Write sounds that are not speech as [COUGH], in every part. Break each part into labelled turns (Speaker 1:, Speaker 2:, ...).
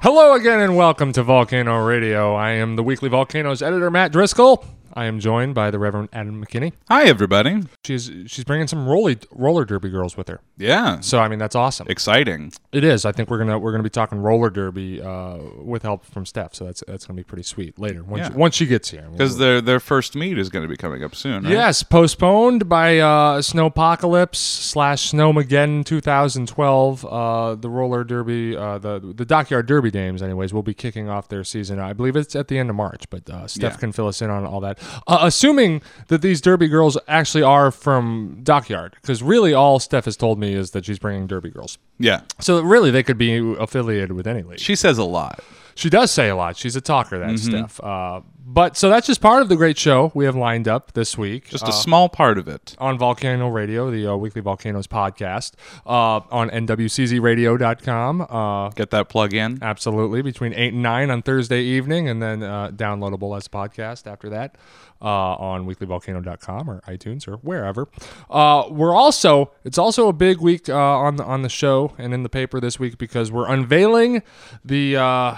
Speaker 1: Hello again and welcome to Volcano Radio. I am the Weekly Volcanoes editor, Matt Driscoll. I am joined by the Reverend Adam McKinney.
Speaker 2: Hi, everybody.
Speaker 1: She's she's bringing some roly, roller derby girls with her.
Speaker 2: Yeah.
Speaker 1: So I mean that's awesome.
Speaker 2: Exciting.
Speaker 1: It is. I think we're gonna we're gonna be talking roller derby uh, with help from Steph. So that's that's gonna be pretty sweet later once
Speaker 2: Yeah.
Speaker 1: she, once she gets here.
Speaker 2: Because their their first meet is going to be coming up soon, right?
Speaker 1: Yes, postponed by uh, Snowpocalypse slash Snowmageddon 2012. Uh, the roller derby, uh, the the Dockyard Derby games, anyways, will be kicking off their season. I believe it's at the end of March, but uh, Steph
Speaker 2: Yeah.
Speaker 1: can fill us in on all that. Uh, assuming that these derby girls actually are from Dockyard, because really all Steph has told me is that she's bringing derby girls.
Speaker 2: Yeah.
Speaker 1: So really, they could be affiliated with any league.
Speaker 2: She says a lot. Mm-hmm.
Speaker 1: She does say a lot. She's a talker, that Steph. Uh, but so that's just part of the great show we have lined up this week.
Speaker 2: Just
Speaker 1: Uh,
Speaker 2: a small part of it.
Speaker 1: on Volcano Radio, the uh, weekly Volcanoes podcast, uh, on nwczradio.com. Uh,
Speaker 2: Get that plug in.
Speaker 1: absolutely, between 8 and 9 on Thursday evening, and then uh, downloadable as a podcast after that uh, on weeklyvolcano.com or iTunes or wherever. Uh, we're also, it's also a big week uh, on, the, on the show and in the paper this week because we're unveiling the. Uh,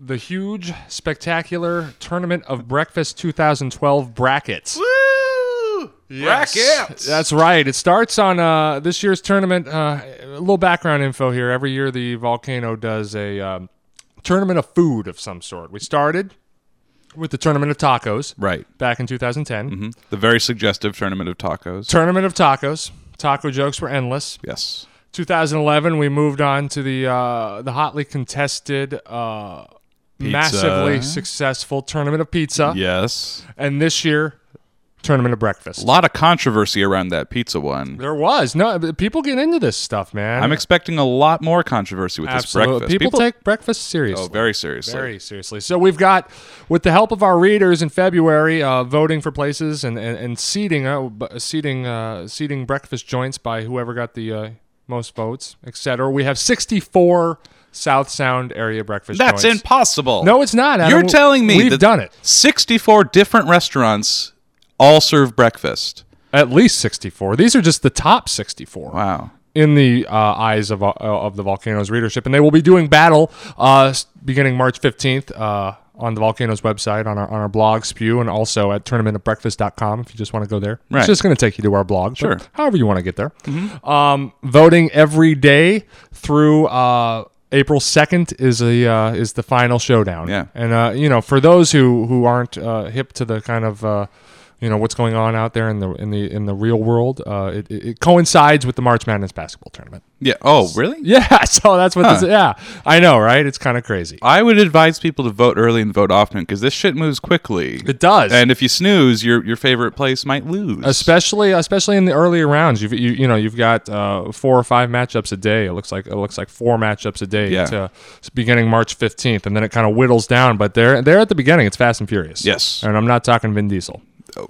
Speaker 1: the huge, spectacular tournament of breakfast 2012 brackets.
Speaker 2: Woo! Brackets.
Speaker 1: That's right. It starts on uh, this year's tournament. Uh, a little background info here. Every year, the Volcano does a um, tournament of food of some sort. We started with the tournament of tacos
Speaker 2: right.
Speaker 1: back in 2010.
Speaker 2: Mhm. The very suggestive tournament of tacos.
Speaker 1: Tournament of tacos. Taco jokes were endless.
Speaker 2: yes.
Speaker 1: 2011, we moved on to the uh, the hotly contested, uh, massively successful tournament of pizza,
Speaker 2: Yes.
Speaker 1: and this year, tournament of breakfast.
Speaker 2: A lot of controversy around that pizza one.
Speaker 1: There was no but people get into this stuff, man.
Speaker 2: I'm expecting a lot more controversy with this breakfast.
Speaker 1: People, take breakfast seriously.
Speaker 2: oh, very seriously.
Speaker 1: very seriously. So we've got, with the help of our readers in February, uh, voting for places and and, and seating uh, b- seating uh, seating breakfast joints by whoever got the uh, most votes, etc. We have 64 South Sound area breakfast.
Speaker 2: That's
Speaker 1: joints.
Speaker 2: impossible.
Speaker 1: No, it's not. Adam.
Speaker 2: You're telling me
Speaker 1: we've
Speaker 2: that
Speaker 1: done it.
Speaker 2: 64 different restaurants all serve breakfast.
Speaker 1: At least 64. These are just the top 64.
Speaker 2: Wow.
Speaker 1: in the uh, eyes of, uh, of the Volcanoes readership. And they will be doing battle uh, s- beginning March 15th uh, on the Volcanoes website, on our, on our blog, Spew, and also at tournamentofbreakfast.com if you just want to go there.
Speaker 2: Right.
Speaker 1: It's just going to take you to our blog. but
Speaker 2: Sure. Mm-hmm.
Speaker 1: However you want to get there. Um, voting every day through. Uh, April second is the uh, is the final showdown.
Speaker 2: Yeah.
Speaker 1: and uh, you know, for those who who aren't uh, hip to the kind of uh, you know what's going on out there in the in the in the real world, uh, it, it it coincides with the March Madness basketball tournament.
Speaker 2: Yeah. Oh, really?
Speaker 1: Yeah, [LAUGHS] so that's what this. Yeah, I know, right? It's kind of crazy.
Speaker 2: I would advise people to vote early and vote often because this shit moves quickly.
Speaker 1: It does.
Speaker 2: And if you snooze, your your favorite place might lose.
Speaker 1: especially especially in the earlier rounds. You've you, you know you've got uh, four or five matchups a day. It looks like it looks like four matchups a day
Speaker 2: Yeah.
Speaker 1: to beginning March fifteenth, and then it kind of whittles down. But they're they're at the beginning. It's fast and furious.
Speaker 2: Yes. Oh,
Speaker 1: and I'm not talking Vin Diesel.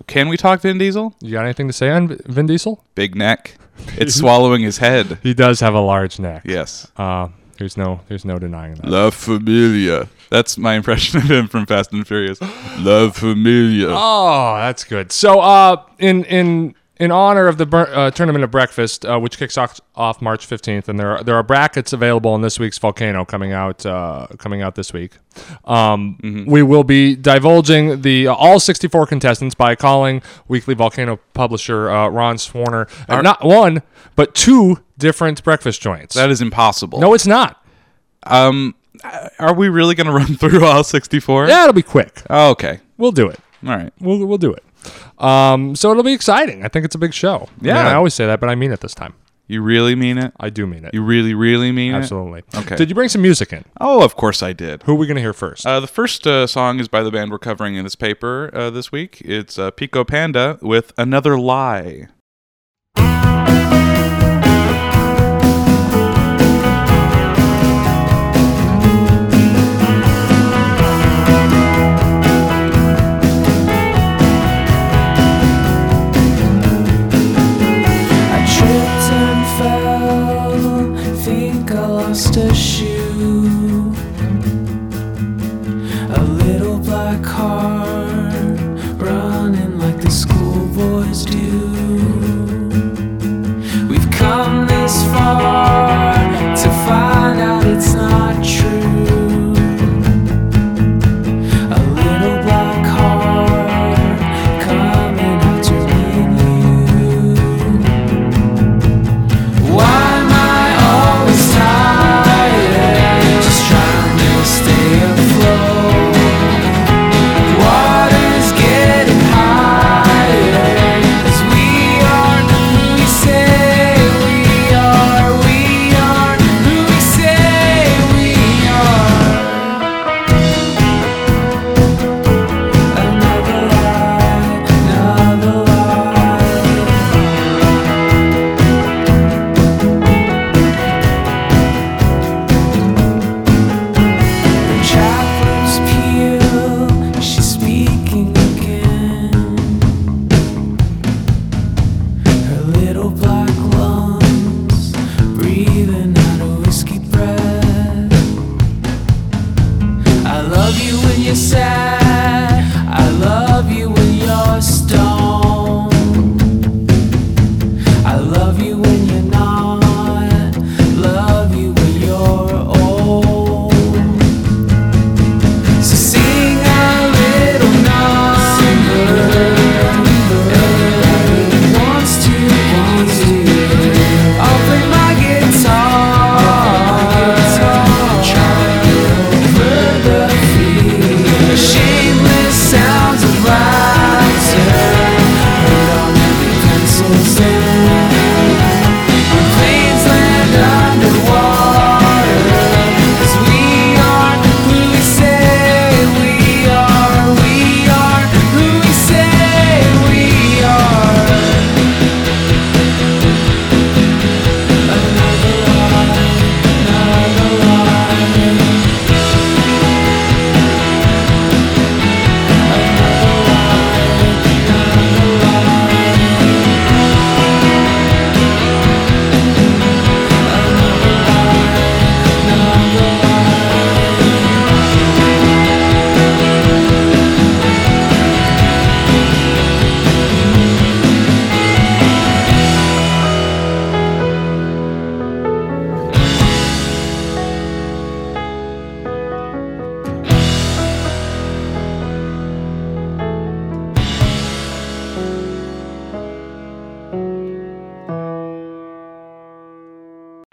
Speaker 2: Can we talk Vin Diesel?
Speaker 1: You got anything to say on V- Vin Diesel?
Speaker 2: Big
Speaker 1: [LAUGHS]
Speaker 2: neck. It's swallowing his head.
Speaker 1: He does have a large neck.
Speaker 2: Yes.
Speaker 1: Uh, there's no there's no denying that.
Speaker 2: La Familia. That's my impression of him from Fast and Furious. [GASPS] La Familia.
Speaker 1: Oh, that's good. So, uh, in in in honor of the bur- uh, tournament of breakfast, uh, which kicks off, off March fifteenth, and there are, there are brackets available in this week's volcano coming out uh, coming out this week. Um,
Speaker 2: Mm-hmm.
Speaker 1: We will be divulging the uh, all sixty four contestants by calling weekly volcano publisher uh, Ron Swarner at not one but two different breakfast joints.
Speaker 2: That is impossible.
Speaker 1: no, it's not. Uh,
Speaker 2: Um, are we really going to run through all 64?
Speaker 1: Yeah, it'll be quick.
Speaker 2: Oh, okay.
Speaker 1: We'll do it.
Speaker 2: All right.
Speaker 1: We'll we'll do it. Um, so it'll be exciting. I think it's a big show. I mean,
Speaker 2: Yeah.
Speaker 1: I always say that, but I mean it this time.
Speaker 2: You really mean it?
Speaker 1: I do mean it.
Speaker 2: You really, really mean it?
Speaker 1: Absolutely.
Speaker 2: Okay.
Speaker 1: Did you bring some music in?
Speaker 2: Oh, of course I did.
Speaker 1: Who are we going to hear first?
Speaker 2: Uh, the first uh, song is by the band we're covering in this paper uh, this week. It's uh, Pico Panda with Another Lie.
Speaker 3: I tripped and fell. Think I lost a shoe. A little black car running like the schoolboys do. We've come this far to find out it's not true.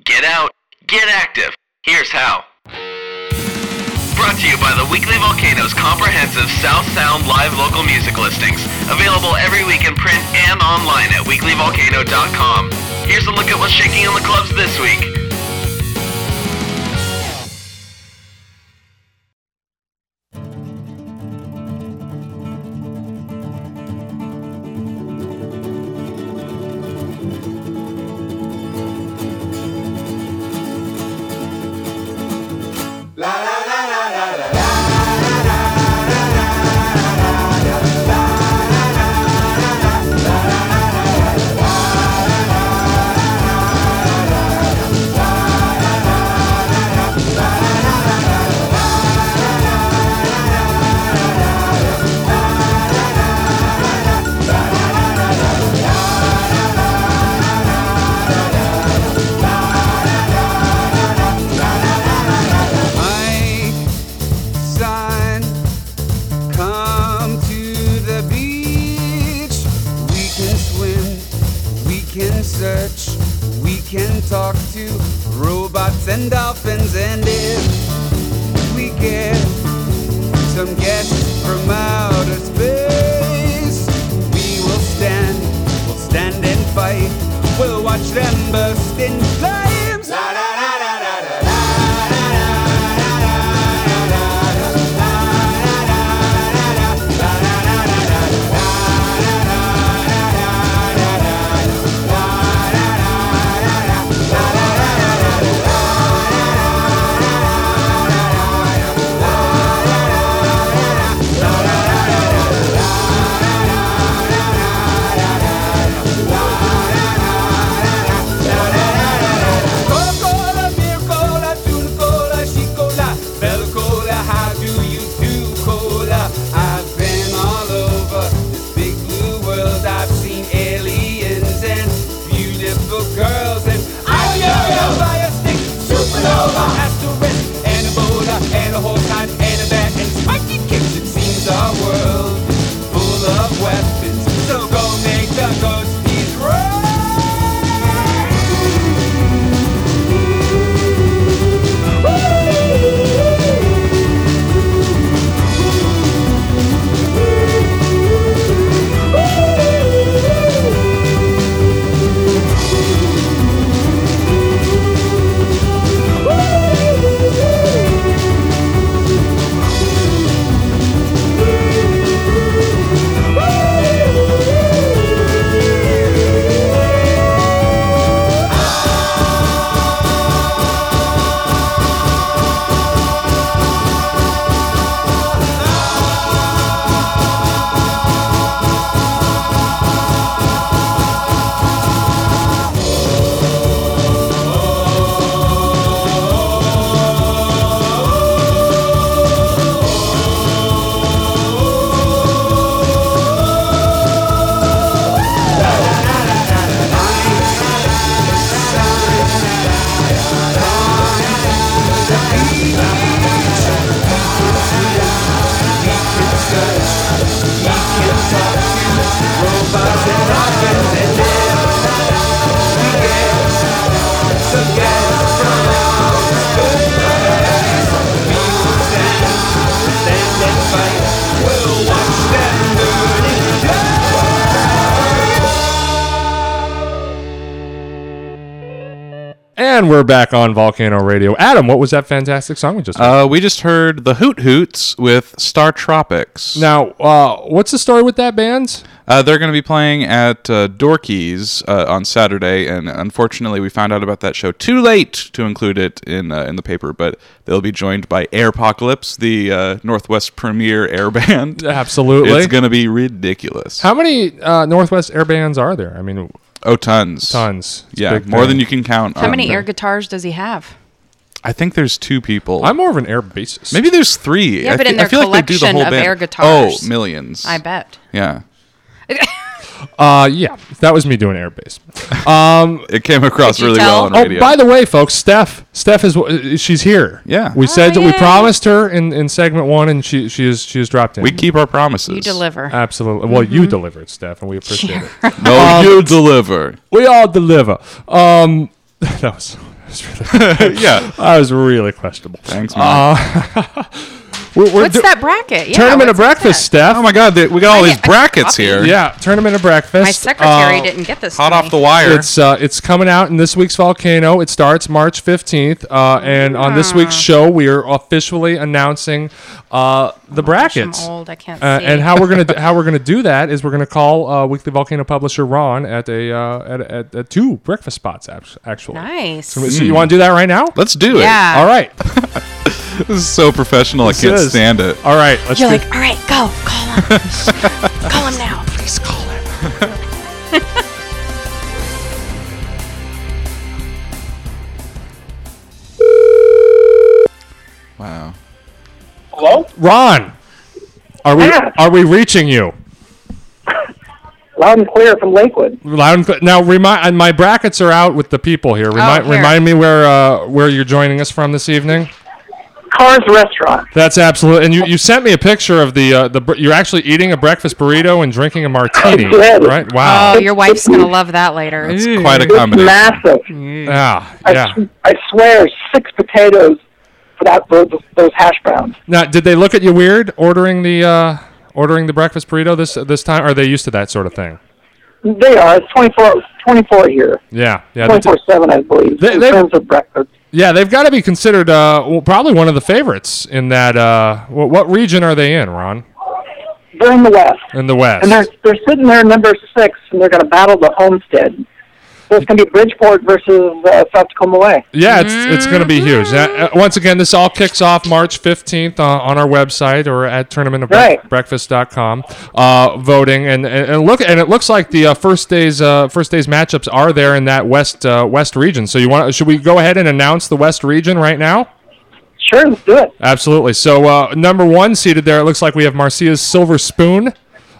Speaker 4: Get out, get active. Here's how. Brought to you by the Weekly Volcanoes comprehensive South Sound live local music listings. Available every week in print and online at weeklyvolcano.com. Here's a look at what's shaking in the clubs this week.
Speaker 5: My son, come to the beach. We can swim, we can search, we can talk to robots and dolphins. And if we get some guests from outer space, we will stand, we'll stand and fight. We'll watch them burst in flames. La, la, la, la, la, la, la. Coca-Cola, beer cola, tuna cola, she cola, Bella cola, how do you do cola? I've been all over this big blue world. I've seen aliens and beautiful girls and I'm yo-yo by a stick, supernova, asterisk, and a boulder, and a whole time, and a bat, and spiky kicks. It seems our world is full of weapons. So go make the ghosties run.
Speaker 1: And we're back on Volcano Radio. Adam, what was that fantastic song we just heard?
Speaker 2: Uh, we just heard the Hoot Hoots with Star Tropics.
Speaker 1: now, uh, what's the story with that band?
Speaker 2: Uh, they're going to be playing at uh, Dorky's uh, on Saturday, and unfortunately, we found out about that show too late to include it in uh, in the paper. But they'll be joined by Airpocalypse, the uh, Northwest premier air [LAUGHS] band.
Speaker 1: Absolutely.
Speaker 2: it's going to be ridiculous.
Speaker 1: How many uh, Northwest air bands are there? I mean,
Speaker 2: oh, tons,
Speaker 1: tons. It's a
Speaker 2: Yeah,
Speaker 1: big
Speaker 2: more
Speaker 1: thing.
Speaker 2: than you can count.
Speaker 6: How
Speaker 2: on-
Speaker 6: many air guitars does he have?
Speaker 2: I think there's two people.
Speaker 1: I'm more of an air bassist.
Speaker 2: Maybe there's three.
Speaker 6: Yeah,
Speaker 2: I
Speaker 6: but
Speaker 2: thi-
Speaker 6: in their
Speaker 2: I feel like they do the
Speaker 6: collection
Speaker 2: whole
Speaker 6: of
Speaker 2: band.
Speaker 6: air guitars.
Speaker 2: oh, millions.
Speaker 6: I bet.
Speaker 2: Yeah.
Speaker 1: [LAUGHS] Uh, yeah, that was me doing
Speaker 2: [LAUGHS]
Speaker 1: air bass. Um,
Speaker 2: It came across
Speaker 6: Could you
Speaker 2: really well
Speaker 6: tell?
Speaker 2: on
Speaker 1: oh,
Speaker 2: radio.
Speaker 1: by the way, folks, Steph, Steph is uh, she's here.
Speaker 2: Yeah.
Speaker 1: we said that we
Speaker 6: Oh, yay.
Speaker 1: promised her in, in segment one, and she she is she is dropped in.
Speaker 2: we keep our promises.
Speaker 6: You deliver. Mm-hmm.
Speaker 1: absolutely well. You delivered, Steph, and we appreciate it.
Speaker 6: [LAUGHS]
Speaker 1: Um,
Speaker 2: No, you deliver.
Speaker 1: We all deliver. Um, [LAUGHS] that was that was
Speaker 6: [LAUGHS]
Speaker 2: [LAUGHS]
Speaker 1: really,
Speaker 2: yeah.
Speaker 1: that was really questionable. Uh,
Speaker 2: Thanks, man.
Speaker 1: [LAUGHS] We're, we're
Speaker 6: What's
Speaker 1: do-
Speaker 6: that bracket? Yeah,
Speaker 1: Tournament of
Speaker 6: what's up
Speaker 1: breakfast,
Speaker 6: with
Speaker 1: Steph.
Speaker 2: oh my God, they, we got all these
Speaker 6: I-
Speaker 2: brackets here.
Speaker 6: copy.
Speaker 1: yeah, tournament of breakfast.
Speaker 6: that? My secretary
Speaker 1: Uh,
Speaker 6: didn't get this.
Speaker 2: Hot
Speaker 6: to
Speaker 2: off
Speaker 6: me.
Speaker 2: the wire.
Speaker 1: It's uh, it's coming out in this week's volcano. It starts March fifteenth, uh, and on
Speaker 6: Ah.
Speaker 1: this week's show, we are officially announcing uh, the
Speaker 6: I'm
Speaker 1: brackets.
Speaker 6: old. I can't
Speaker 1: Uh,
Speaker 6: see.
Speaker 1: and how
Speaker 6: [LAUGHS]
Speaker 1: we're gonna do, how we're gonna do that is we're gonna call uh, weekly volcano publisher Ron at a uh, at, at, at two breakfast spots act- actually.
Speaker 6: nice.
Speaker 1: So, so you want to do that right now?
Speaker 2: Let's do it.
Speaker 6: Yeah.
Speaker 1: All right,
Speaker 2: This is so professional.
Speaker 1: This
Speaker 2: I can't
Speaker 1: is-
Speaker 2: stand it.
Speaker 1: all right. Let's
Speaker 6: You're
Speaker 1: do-
Speaker 6: like, all right, [LAUGHS] go, call
Speaker 2: [LAUGHS]
Speaker 6: him, call him now. Please call [LAUGHS] him.
Speaker 2: Wow.
Speaker 7: Hello?
Speaker 1: Ron. Are we
Speaker 7: Yeah.
Speaker 1: are we reaching you?
Speaker 7: Loud and clear from Lakewood.
Speaker 1: Loud and clear. Now, remind and my brackets are out with the people here. Remind,
Speaker 6: Oh, here.
Speaker 1: remind me where uh, where you're joining us from this evening.
Speaker 7: Cars Restaurant.
Speaker 1: That's absolutely. And you, you sent me a picture of the uh, the br- you're actually eating a breakfast burrito and drinking a
Speaker 7: [LAUGHS]
Speaker 1: martini,
Speaker 7: did.
Speaker 1: right? Wow.
Speaker 6: Oh, your wife's gonna love that later.
Speaker 2: It's quite a combination.
Speaker 7: Massive.
Speaker 1: yeah.
Speaker 7: I,
Speaker 1: Yeah.
Speaker 7: s- I swear, six potatoes for that for th- those hash browns.
Speaker 1: Now, did they look at you weird ordering the uh, ordering the breakfast burrito this this time? Are they used to that sort of thing?
Speaker 7: They are. It's 24, 24 here.
Speaker 1: Yeah. Yeah. that's-
Speaker 7: 24 7, I believe,
Speaker 1: They-
Speaker 7: in
Speaker 1: they-
Speaker 7: terms of breakfast.
Speaker 1: Yeah, they've got to be considered uh, well, probably one of the favorites in that. Uh, what, what region are they in, Ron?
Speaker 7: They're in the West.
Speaker 1: In the West.
Speaker 7: And they're, they're sitting there number six, and they're going to battle the Homestead. So it's going to be Bridgeport versus uh, South Tacoma Way.
Speaker 1: yeah, it's it's going to be huge. That, uh, once again, this all kicks off March 15th on, on our website or at
Speaker 7: Right.
Speaker 1: tournamentofbreakfast.com uh, voting and, and, and look and it looks like the uh, first days uh, first days matchups are there in that West uh, West region. So you want should we go ahead and announce the West region right now?
Speaker 7: Sure, let's do it.
Speaker 1: Absolutely. So uh, number one seated there, it looks like we have Marcia's Silver Spoon.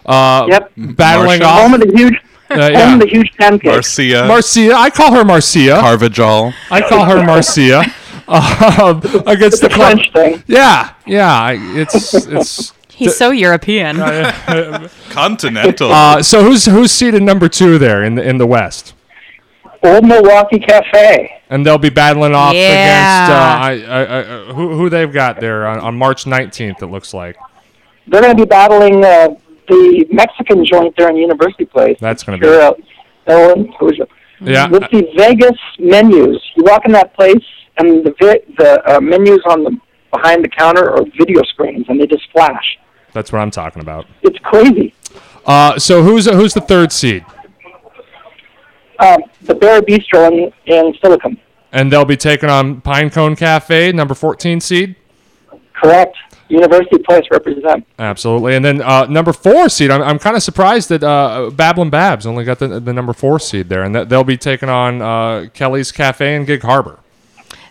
Speaker 1: Uh,
Speaker 7: Yep.
Speaker 1: Battling
Speaker 2: Marcia.
Speaker 1: off
Speaker 7: Home of the huge,
Speaker 1: Uh,
Speaker 7: home
Speaker 1: yeah.
Speaker 7: of the huge pancake.
Speaker 2: Marcia.
Speaker 1: Marcia, I call her Marcia.
Speaker 2: Carvajal.
Speaker 1: I call her
Speaker 7: [LAUGHS]
Speaker 1: Marcia um, against the
Speaker 7: the
Speaker 1: club.
Speaker 7: French thing.
Speaker 1: Yeah, yeah. I-
Speaker 2: [LAUGHS]
Speaker 1: It's it's.
Speaker 6: He's so European. [LAUGHS]
Speaker 2: Continental.
Speaker 1: Uh, so who's who's seated number two there in the in the West,
Speaker 7: Old Milwaukee Cafe.
Speaker 1: and they'll be battling off
Speaker 6: Yeah.
Speaker 1: against uh, I, I, I, who who they've got there on, on March nineteenth. It looks like
Speaker 7: They're going to be battling uh, the Mexican joint there in University Place.
Speaker 1: that's going to
Speaker 7: Sure,
Speaker 1: be
Speaker 7: uh, Ellen, who's it?
Speaker 1: yeah.
Speaker 7: With the Vegas menus, you walk in that place, and the vi- the uh, menus on the behind the counter are video screens, and they just flash.
Speaker 1: That's what I'm talking about.
Speaker 7: It's crazy.
Speaker 1: Uh, so who's who's the third seed,
Speaker 7: Um, the Bear Bistro in, in Silicon.
Speaker 1: and they'll be taking on Pinecone Cafe, number fourteen seed.
Speaker 7: Correct. University Place represent.
Speaker 1: Absolutely, and then uh, number four seed. I'm, I'm kind of surprised that uh, Babylon Babs only got the, the number four seed there, and that they'll be taking on uh, Kelly's Cafe and Gig Harbor.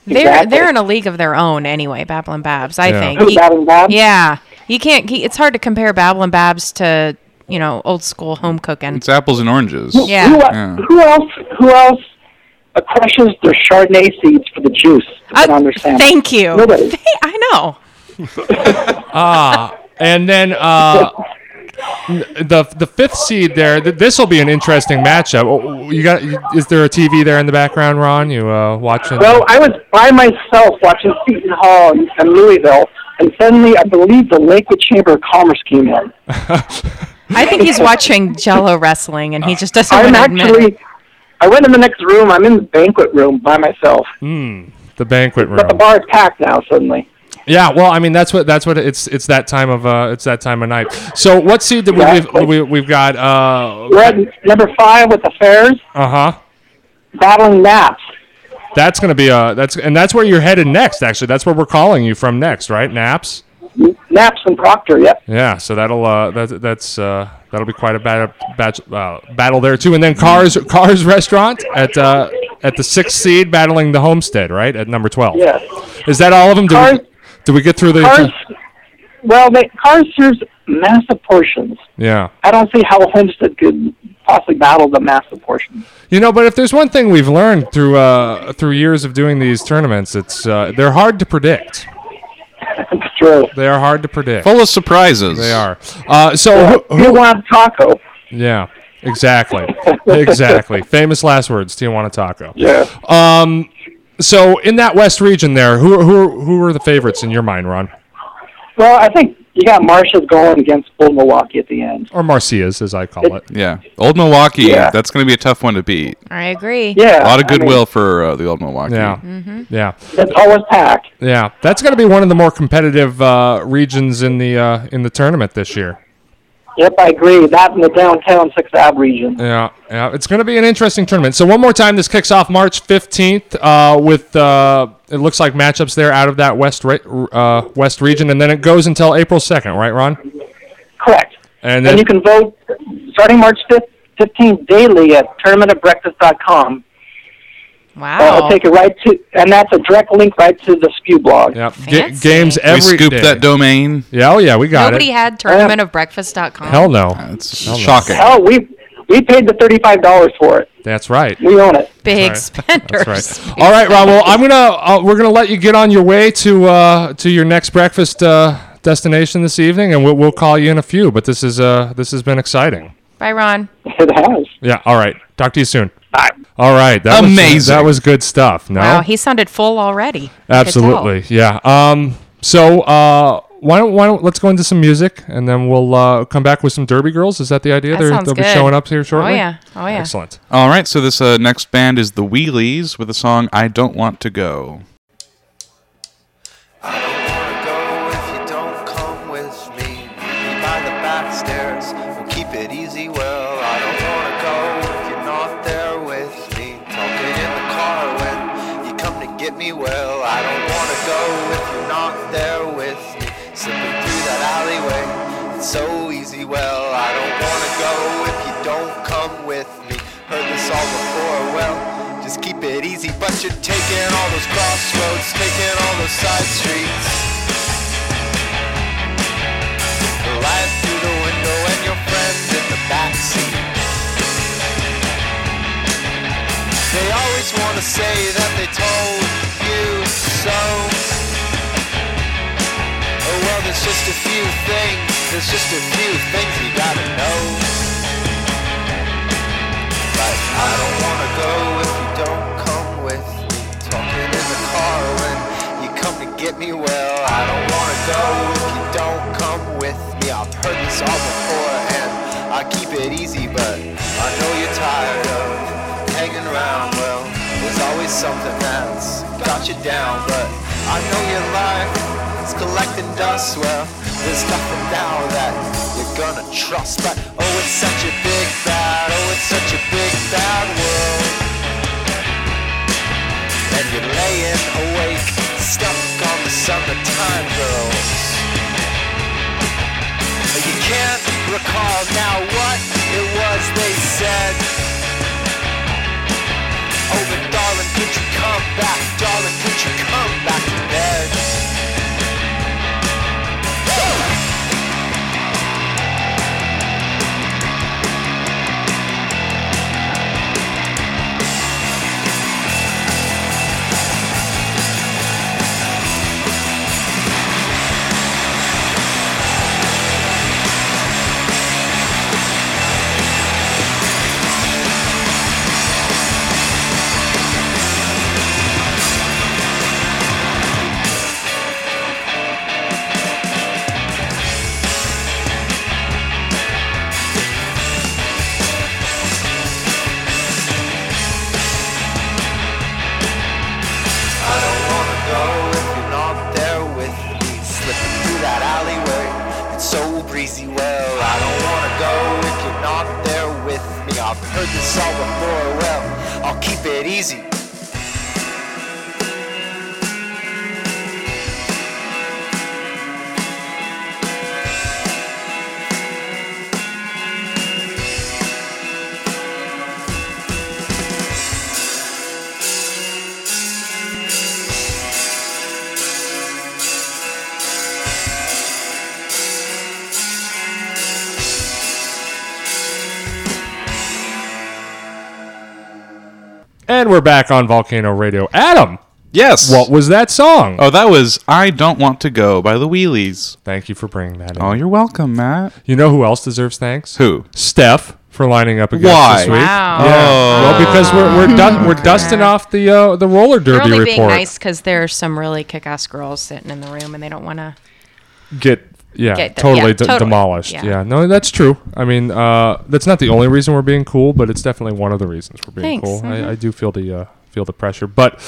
Speaker 6: They're they're in a league of their own anyway. Babylon Babs, I
Speaker 1: Yeah.
Speaker 6: think.
Speaker 7: Who's
Speaker 6: He-
Speaker 7: battling that?
Speaker 6: yeah, you can't. he- It's hard to compare Babylon Babs to you know old school home cooking.
Speaker 2: it's apples and oranges.
Speaker 6: Yeah.
Speaker 7: Who,
Speaker 2: Yeah.
Speaker 7: who else? Who else uh, crushes their Chardonnay seeds for the juice? To put
Speaker 6: I-
Speaker 7: on their sandwich?
Speaker 6: thank you.
Speaker 7: Nobody.
Speaker 6: Hey, I know.
Speaker 1: And then uh, n- the the fifth seed there. Th- this will be an interesting matchup. Oh, You got? Is there a TV there in the background, Ron? You uh, watching?
Speaker 7: Well, I was by myself watching Seton Hall and, and Louisville, and suddenly I believe the Lakewood Chamber of Commerce came in.
Speaker 6: I think he's
Speaker 7: [LAUGHS]
Speaker 6: watching Jello wrestling, and he just doesn't
Speaker 7: I'm
Speaker 6: want to admit. it.
Speaker 7: actually, I went in the next room. I'm in the banquet room by myself,
Speaker 1: Hmm, the banquet
Speaker 7: but the
Speaker 1: room.
Speaker 7: bar is packed now. Suddenly,
Speaker 1: Yeah. Well, I mean, that's what that's what it's it's that time of uh, it's that time of night. So what seed did we leave,
Speaker 7: Exactly.
Speaker 1: we we've got? Uh
Speaker 7: we're at number five with affairs
Speaker 1: huh.
Speaker 7: battling maps.
Speaker 1: Uh-huh. That's gonna be a that's and that's where you're headed next. Actually, that's where we're calling you from next, right? Naps.
Speaker 7: Naps and Proctor, yep.
Speaker 1: Yeah. So that'll uh that, that's uh that'll be quite a battle battle uh, battle there too. And then Cars Cars Restaurant at uh at the sixth seed battling the Homestead, right at number twelve.
Speaker 7: Yes.
Speaker 1: Is that all of them? Do
Speaker 7: Cars-
Speaker 1: we, do we get through the?
Speaker 7: Cars, well, they, Cars serves massive portions.
Speaker 1: Yeah.
Speaker 7: I don't see how Homestead could possibly battle the massive portion.
Speaker 1: You know, but if there's one thing we've learned through uh, through years of doing these tournaments, it's uh, they're hard to predict.
Speaker 7: It's true.
Speaker 1: They are hard to predict.
Speaker 2: Full of surprises.
Speaker 1: They are. Uh, so who-
Speaker 7: Who wants taco?
Speaker 1: yeah, exactly, exactly. Famous last words, Tijuana Taco. Um,
Speaker 7: Yeah.
Speaker 1: So in that West region, there, who who who are the favorites in your mind, Ron?
Speaker 7: Well, I think you got Marsha's going against Bull Milwaukee at the end.
Speaker 1: Or Marcia's, as I call it.
Speaker 2: Yeah. Old Milwaukee,
Speaker 7: Yeah.
Speaker 2: that's going to be a tough one to beat.
Speaker 6: I agree. Mm-hmm.
Speaker 7: Yeah.
Speaker 2: A lot of
Speaker 7: I mean,
Speaker 2: goodwill for uh, the Old Milwaukee.
Speaker 1: Yeah, yeah,
Speaker 7: it's always packed.
Speaker 1: yeah. That's going to be one of the more competitive uh, regions in the uh, in the tournament this year.
Speaker 7: Yep, I agree. That in the downtown Sixth Ave region.
Speaker 1: Yeah, yeah, it's going to be an interesting tournament. So one more time, this kicks off March fifteenth uh, with uh, it looks like matchups there out of that west re- uh, west region, and then it goes until April second, right, Ron?
Speaker 7: Correct.
Speaker 1: And
Speaker 7: And
Speaker 1: then
Speaker 7: you can vote starting March 5th, 15th daily at tournamentofbreakfast.com.
Speaker 6: Wow.
Speaker 7: Uh, I'll take it right to, and that's a direct link right to the Spew blog.
Speaker 1: yeah, ga-
Speaker 6: Fancy.
Speaker 1: games
Speaker 2: We
Speaker 1: every day.
Speaker 2: scooped that domain.
Speaker 1: yeah, oh yeah, we got
Speaker 6: Nobody
Speaker 1: it.
Speaker 6: had tournamentofbreakfast.com.
Speaker 1: Hell no,
Speaker 2: That's
Speaker 1: no.
Speaker 2: Ah, shocking.
Speaker 7: Oh, we we paid the thirty-five dollars for it.
Speaker 1: that's right.
Speaker 7: We own it.
Speaker 6: Big
Speaker 1: That's
Speaker 6: spenders.
Speaker 1: That's right. All right, Ron. Well, I'm gonna uh, we're gonna let you get on your way to uh, to your next breakfast uh, destination this evening, and we'll, we'll call you in a few. But this is uh, this has been exciting.
Speaker 6: [LAUGHS] Bye, Ron.
Speaker 7: It has.
Speaker 1: Yeah. All right. Talk to you soon.
Speaker 7: Bye.
Speaker 1: All right. That Was,
Speaker 2: Amazing.
Speaker 1: that was good stuff. No.
Speaker 6: Wow, he sounded full already.
Speaker 1: Absolutely. Yeah. Um. So. Uh. Why don't, why don't let's go into some music and then we'll uh, come back with some Derby Girls. Is that the idea?
Speaker 6: That
Speaker 1: They're,
Speaker 6: sounds
Speaker 1: they'll be
Speaker 6: good.
Speaker 1: showing up here shortly.
Speaker 6: yeah. Oh, yeah.
Speaker 1: Excellent.
Speaker 2: All right, so this uh, next band is the Wheelies with the song I Don't Want to Go.
Speaker 8: go if you don't come with me. Meet me by the back stairs, we'll keep it easy. Well, I don't wanna go if you're not there with me. Talking in the car when you come to get me. Well, I don't wanna go if you're not there with me. Slipping through that alleyway, it's so easy. Well, I don't wanna go if you don't come with me. Heard this all before. Well. Just keep it easy, but you're taking all those crossroads, taking all those side streets. The light through the window and your friends in the backseat. They always want to say that they told you so. Oh well, there's just a few things, there's just a few things you gotta know. Like, I don't wanna go if you don't come with me. Talking in the car when you come to get me well. I don't wanna go if you don't come with me. I've heard this all before and I keep it easy, but I know you're tired of hanging around. Well, there's always something that's got you down, but I know your life is collecting dust. Well, there's nothing now that you're gonna trust, but oh, it's such a big bad, oh, it's such a big bad world. And you're laying awake, stuck on the summertime girls. But you can't recall now what it was they said. Oh, but darling, could you come back? Darling, could you come back to bed? I don't wanna go if you're not there with me. Slipping through that alleyway, it's so breezy. Well, I don't wanna go if you're not there with me. I've heard this all before. Well, I'll keep it easy.
Speaker 1: And we're back on Volcano Radio. Adam,
Speaker 2: Yes.
Speaker 1: what was that song?
Speaker 2: oh, that was I Don't Want to Go by the Wheelies.
Speaker 1: Thank you for bringing that in.
Speaker 2: Oh, you're welcome, Matt.
Speaker 1: You know who else deserves thanks?
Speaker 2: Who?
Speaker 6: Uh,
Speaker 1: Steph for lining up against
Speaker 2: Why?
Speaker 1: this week.
Speaker 6: Wow.
Speaker 1: Yeah. Well, because we're we're, du- we're dusting off the uh, the roller
Speaker 6: You're
Speaker 1: derby
Speaker 6: only
Speaker 1: report.
Speaker 6: being nice because there are some really kick-ass girls sitting in the room and they don't want to.
Speaker 1: Get yeah,
Speaker 6: Get the-
Speaker 1: totally,
Speaker 6: yeah,
Speaker 1: de-
Speaker 6: totally.
Speaker 1: demolished. Yeah.
Speaker 6: Yeah.
Speaker 1: no, that's true. I mean, uh, that's not the only reason we're being cool, but it's definitely one of the reasons we're being
Speaker 6: Thanks. Mm-hmm.
Speaker 1: cool. I, I do feel the uh, feel the pressure, but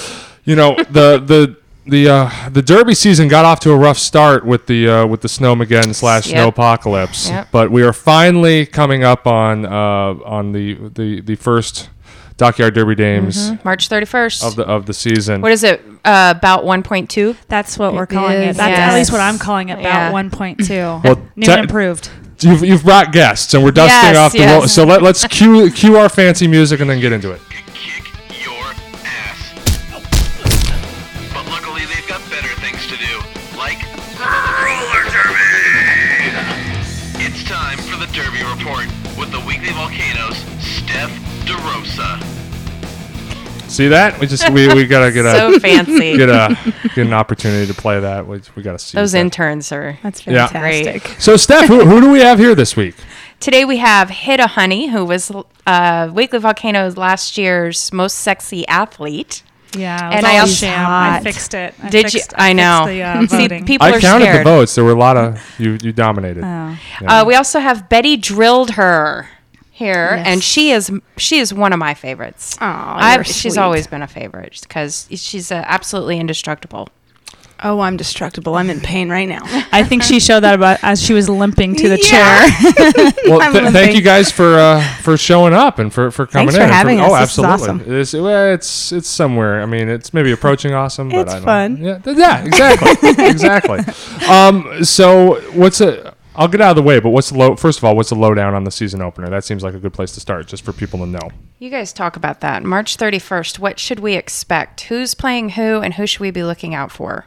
Speaker 1: you know the [LAUGHS] the. The uh, the Derby season got off to a rough start with the uh, with the snowmageddon slash
Speaker 6: Yep.
Speaker 1: snowpocalypse,
Speaker 6: Yep.
Speaker 1: but we are finally coming up on uh, on the, the the first Dockyard Derby Dames
Speaker 6: Mm-hmm. March 31st.
Speaker 1: of the of the season.
Speaker 6: what is it? Uh, about 1.2?
Speaker 9: That's what we're calling
Speaker 6: is.
Speaker 9: it. That's
Speaker 6: Yes.
Speaker 9: at least what I'm calling it. About
Speaker 6: Yeah. [LAUGHS]
Speaker 9: 1.2.
Speaker 1: Well,
Speaker 9: New
Speaker 1: te-
Speaker 9: and improved.
Speaker 1: You've, you've brought guests, and we're dusting
Speaker 6: Yes,
Speaker 1: off the
Speaker 6: yes.
Speaker 1: roll. So let, let's cue, cue our fancy music and then get into it.
Speaker 4: kick your ass. But luckily, they've got better things to do, like roller derby. It's time for the Derby Report with the weekly volcanoes, Steph DeRosa.
Speaker 1: See that? We just we, we gotta get
Speaker 6: So
Speaker 1: a
Speaker 6: fancy.
Speaker 1: [LAUGHS] get a get an opportunity to play that. We, we gotta see
Speaker 6: Those
Speaker 1: that.
Speaker 6: interns are.
Speaker 9: That's
Speaker 1: Yeah.
Speaker 9: fantastic.
Speaker 1: So Steph, who, who do we have here this week?
Speaker 6: Today we have Hida Honey, who was uh, Weekly Volcanoes last year's most sexy athlete.
Speaker 9: Yeah, it was
Speaker 6: And
Speaker 9: all
Speaker 6: I
Speaker 9: a
Speaker 6: also-
Speaker 9: sham. I
Speaker 6: Hot.
Speaker 9: fixed it. I
Speaker 6: Did
Speaker 9: fixed,
Speaker 6: you? I know.
Speaker 9: Fixed the,
Speaker 6: [LAUGHS]
Speaker 9: uh,
Speaker 6: See,
Speaker 9: voting.
Speaker 6: people
Speaker 1: I
Speaker 6: are
Speaker 1: counted
Speaker 6: scared.
Speaker 1: the votes. There were a lot of you. You dominated.
Speaker 9: Oh.
Speaker 6: Uh, we also have Betty drilled her here,
Speaker 9: Yes.
Speaker 6: and she is she is one of my favorites.
Speaker 9: Aw,
Speaker 6: I've-
Speaker 9: you're
Speaker 6: she's
Speaker 9: sweet.
Speaker 6: always been a favorite because she's uh, absolutely indestructible.
Speaker 10: Oh, I'm destructible. I'm in pain right now.
Speaker 9: I think she showed that about as she was limping to the
Speaker 10: Yeah.
Speaker 9: chair.
Speaker 1: [LAUGHS]
Speaker 10: [LAUGHS]
Speaker 1: Well, th- thank
Speaker 10: limping.
Speaker 1: you guys for uh, for showing up and for, for coming
Speaker 10: Thanks
Speaker 1: in.
Speaker 10: for
Speaker 1: and
Speaker 10: having us.
Speaker 1: Oh,
Speaker 10: This is
Speaker 1: absolutely.
Speaker 10: awesome.
Speaker 1: It's, well, it's it's somewhere. I mean, it's maybe approaching awesome. But
Speaker 10: It's
Speaker 1: I don't,
Speaker 10: fun.
Speaker 1: Yeah, th- yeah,
Speaker 10: [LAUGHS]
Speaker 1: exactly, exactly. Um, so what's a I'll get out of the way, but what's the low? First of all, what's the lowdown on the season opener? That seems like a good place to start, just for people to know.
Speaker 6: You guys talk about that. March 31st, what should we expect? Who's playing who and who should we be looking out for?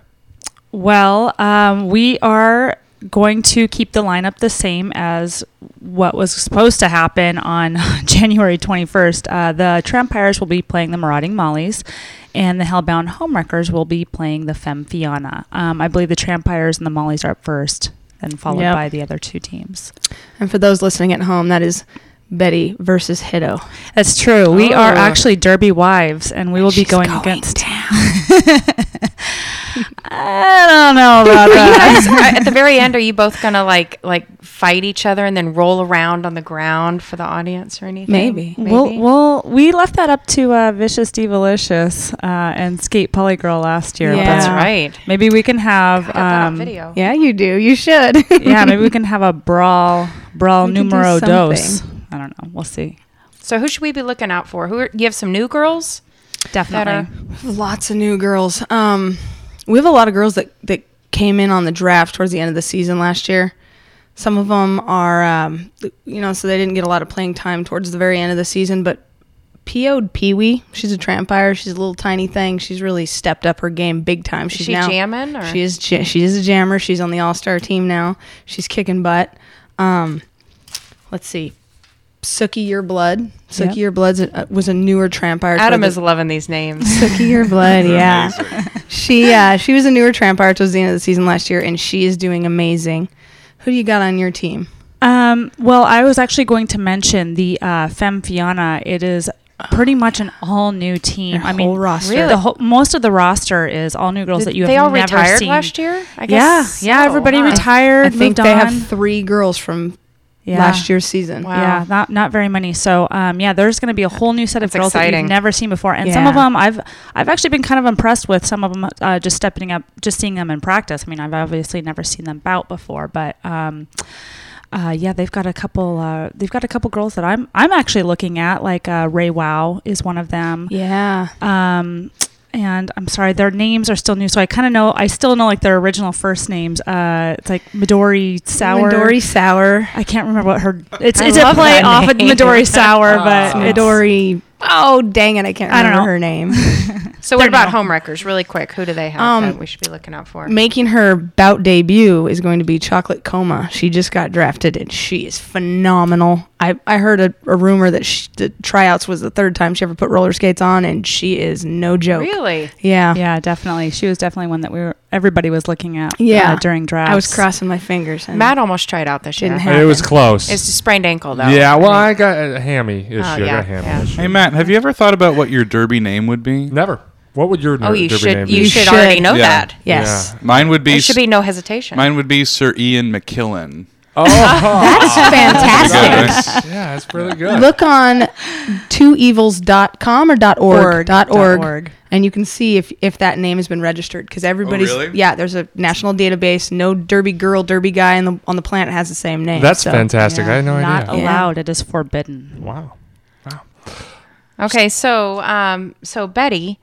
Speaker 9: well, um, we are going to keep the lineup the same as what was supposed to happen on [LAUGHS] January 21st. Uh, the Trampires will be playing the Marauding Mollies, and the Hellbound Homewreckers will be playing the Femme Fianna. Um, I believe the Trampires and the Mollies are up first, then followed
Speaker 10: Yep.
Speaker 9: by the other two teams.
Speaker 10: and for those listening at home, that is Betty versus Hiddo.
Speaker 9: That's true. We are
Speaker 6: Oh.
Speaker 9: actually Derby wives, and we will be going, against. [LAUGHS] I don't
Speaker 6: [LAUGHS]
Speaker 10: Oh,
Speaker 9: know about
Speaker 6: You
Speaker 10: [LAUGHS]
Speaker 9: that.
Speaker 6: guys, uh, at the very end, are you both gonna like like fight each other and then roll around on the ground for the audience or anything?
Speaker 10: Maybe.
Speaker 9: Well, well, we left that up to uh, Vicious Devilicious uh, and Skate Polygirl last year.
Speaker 10: Yeah.
Speaker 9: but
Speaker 6: that's right.
Speaker 9: Maybe we can have.
Speaker 6: Get that on
Speaker 9: um,
Speaker 6: video.
Speaker 10: Yeah, you do. You should.
Speaker 9: [LAUGHS] yeah, maybe we can have a brawl, brawl
Speaker 10: We can do
Speaker 9: numero dos.
Speaker 10: something.
Speaker 9: I don't know. We'll see.
Speaker 6: So who should we be looking out for? Who are, you have some new girls?
Speaker 9: Definitely.
Speaker 10: Lots of new girls. Um, we have a lot of girls that that came in on the draft towards the end of the season last year. Some of them are, um, th- you know, so they didn't get a lot of playing time towards the very end of the season. But PO'd Pee Wee. She's a trampire. She's a little tiny thing. She's really stepped up her game big time. She's
Speaker 6: she
Speaker 10: now
Speaker 6: jamming, or-
Speaker 10: she is ja- she is a jammer. She's on the All Star team now. She's kicking butt. Um, let's see. Sookie Your Blood. Sookie
Speaker 9: Yep.
Speaker 10: Your Blood uh, was a newer trampire.
Speaker 6: Adam
Speaker 10: toward the-
Speaker 6: is loving these
Speaker 10: [LAUGHS]
Speaker 6: names.
Speaker 10: Cookie Your Blood, yeah. She uh, she was a newer trampire towards the end of the season last year, and she is doing amazing. Who do you got on your team?
Speaker 9: Um, well, I was actually going to mention the uh, Femme Fianna. It is pretty much an all new team.
Speaker 10: Their
Speaker 9: I mean,
Speaker 10: whole roster.
Speaker 9: The whole, most of the roster is all new girls that you have
Speaker 6: they all
Speaker 9: never
Speaker 6: retired
Speaker 9: seen.
Speaker 6: last year. I
Speaker 9: yeah,
Speaker 6: guess
Speaker 9: yeah.
Speaker 6: so,
Speaker 9: Everybody
Speaker 6: huh?
Speaker 9: retired.
Speaker 10: I think
Speaker 9: moved
Speaker 10: they
Speaker 9: on.
Speaker 10: have three girls from
Speaker 9: yeah.
Speaker 10: last year's season.
Speaker 6: Wow.
Speaker 9: Yeah, not not very many. So, um, yeah, there's going to be a whole new set of
Speaker 6: That's
Speaker 9: girls that
Speaker 6: exciting.
Speaker 9: you've never seen before, and some of
Speaker 10: Yeah.
Speaker 9: them I've I've actually been kind of impressed with. Some of them uh, just stepping up, just seeing them in practice. I mean, I've obviously never seen them bout before, but um, uh, yeah, they've got a couple. Uh, they've got a couple girls that I'm I'm actually looking at. Like uh, Ray Wow is one of them.
Speaker 10: Yeah.
Speaker 9: Um, and I'm sorry, their names are still new, so I kind of know. I still know like their original first names. Uh, it's like Midori Sour.
Speaker 10: Midori Sour.
Speaker 9: I can't remember what her. It's
Speaker 6: I
Speaker 9: it's a
Speaker 6: love
Speaker 9: play
Speaker 6: that
Speaker 9: off of
Speaker 6: name.
Speaker 9: Midori Sour, but
Speaker 10: Midori. Oh dang it! I can't
Speaker 9: I don't
Speaker 10: remember
Speaker 9: know.
Speaker 6: [LAUGHS]
Speaker 10: her name. [LAUGHS]
Speaker 6: So what
Speaker 9: They're
Speaker 6: about
Speaker 9: normal.
Speaker 6: homewreckers? Really quick, who do they have
Speaker 10: Um,
Speaker 6: that we should be looking out for?
Speaker 10: Making her bout debut is going to be Chocolate Coma. She just got drafted and she is phenomenal. I, I heard a, a rumor that she, the tryouts was the third time she ever put roller skates on, and she is no joke.
Speaker 6: really?
Speaker 10: Yeah.
Speaker 9: Yeah, definitely. She was definitely one that we were everybody was looking at.
Speaker 10: Yeah.
Speaker 9: uh, during drafts.
Speaker 10: I was crossing my fingers. And
Speaker 6: Matt almost tried out this year.
Speaker 10: Didn't
Speaker 1: It was close.
Speaker 6: It's a sprained ankle though. Oh,
Speaker 1: yeah, well, I got a hammy issue. I
Speaker 6: yeah,
Speaker 1: got a hammy
Speaker 6: yeah.
Speaker 1: issue.
Speaker 2: Hey Matt, have you ever thought about what your derby name would be?
Speaker 1: Never. What would your
Speaker 6: Oh, you
Speaker 1: derby
Speaker 6: should
Speaker 1: name be?
Speaker 6: you,
Speaker 10: You
Speaker 6: should,
Speaker 10: should.
Speaker 6: already know
Speaker 2: Yeah.
Speaker 6: that.
Speaker 10: Yes.
Speaker 2: Mine would be
Speaker 6: There should be no hesitation.
Speaker 2: mine would be Sir Ian McKillen.
Speaker 6: [LAUGHS]
Speaker 1: Oh, [LAUGHS]
Speaker 10: That's fantastic.
Speaker 2: Good,
Speaker 1: yeah, that's really good.
Speaker 10: Look on twoevils.com or .org,
Speaker 9: Org,
Speaker 10: .org, .org,
Speaker 9: org.
Speaker 10: and you can see if, if that name has been registered because
Speaker 1: Oh,
Speaker 10: everybody's
Speaker 2: really?
Speaker 10: yeah. There's a national database. No derby girl, derby guy on the on the planet has the same name.
Speaker 1: That's
Speaker 10: so-
Speaker 1: fantastic. I had no
Speaker 9: not
Speaker 1: idea.
Speaker 9: allowed. It is forbidden.
Speaker 1: wow.
Speaker 6: Okay, so um, so Betty,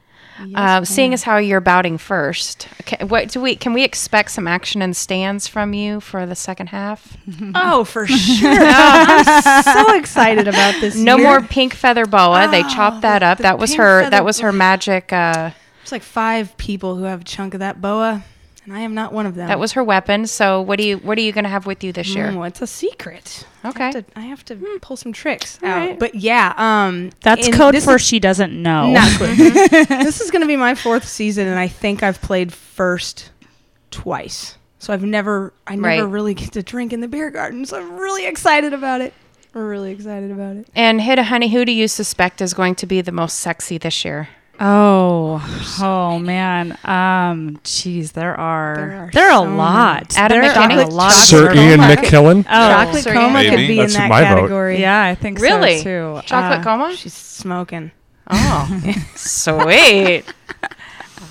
Speaker 6: uh, seeing as how you're bouting first, okay, what do we can we expect some action and stands from you for the second
Speaker 10: [LAUGHS]
Speaker 6: half?
Speaker 10: Oh, for sure. I'm so [LAUGHS] excited about this.
Speaker 6: No
Speaker 10: year. Oh,
Speaker 6: more pink feather boa. they chopped that up.
Speaker 10: the
Speaker 6: that was
Speaker 10: pink
Speaker 6: her.
Speaker 10: feather
Speaker 6: That was her magic. Uh,
Speaker 10: There's like five people who have a chunk of that boa, and I am not one of them.
Speaker 6: that was her weapon. So what do you what are you going to have with you this year?
Speaker 10: Oh, it's a secret. I
Speaker 6: Okay.
Speaker 10: have to, I have to pull some tricks out. But yeah, um,
Speaker 9: That's
Speaker 10: and
Speaker 9: code
Speaker 10: this
Speaker 9: for
Speaker 10: is-
Speaker 9: she doesn't know. Mm-hmm.
Speaker 10: Not
Speaker 9: [LAUGHS]
Speaker 10: good. this is going to be my fourth season, and I think I've played first twice. So I've never, I never
Speaker 6: Right.
Speaker 10: really get to drink in the beer garden. So I'm really excited about it. We're really excited about it.
Speaker 6: And hit a honey. Who do you suspect is going to be the most sexy this year?
Speaker 9: Oh, oh man. Um, jeez, there are there
Speaker 10: There
Speaker 9: are,
Speaker 10: are so
Speaker 9: a
Speaker 10: many.
Speaker 9: lot.
Speaker 6: Adam
Speaker 9: there are
Speaker 6: McKinney?
Speaker 9: a lot. of
Speaker 1: Sir
Speaker 9: circles.
Speaker 1: Ian
Speaker 10: Coma.
Speaker 1: McKillen.
Speaker 9: Oh,
Speaker 10: Chocolate
Speaker 6: Sorry.
Speaker 10: coma could
Speaker 2: Maybe.
Speaker 10: be
Speaker 1: That's
Speaker 10: in that
Speaker 1: my vote.
Speaker 10: category.
Speaker 9: Yeah, I think
Speaker 6: Really?
Speaker 9: so too.
Speaker 6: Chocolate
Speaker 9: Uh,
Speaker 6: coma.
Speaker 10: she's smoking. [LAUGHS]
Speaker 6: Oh, sweet.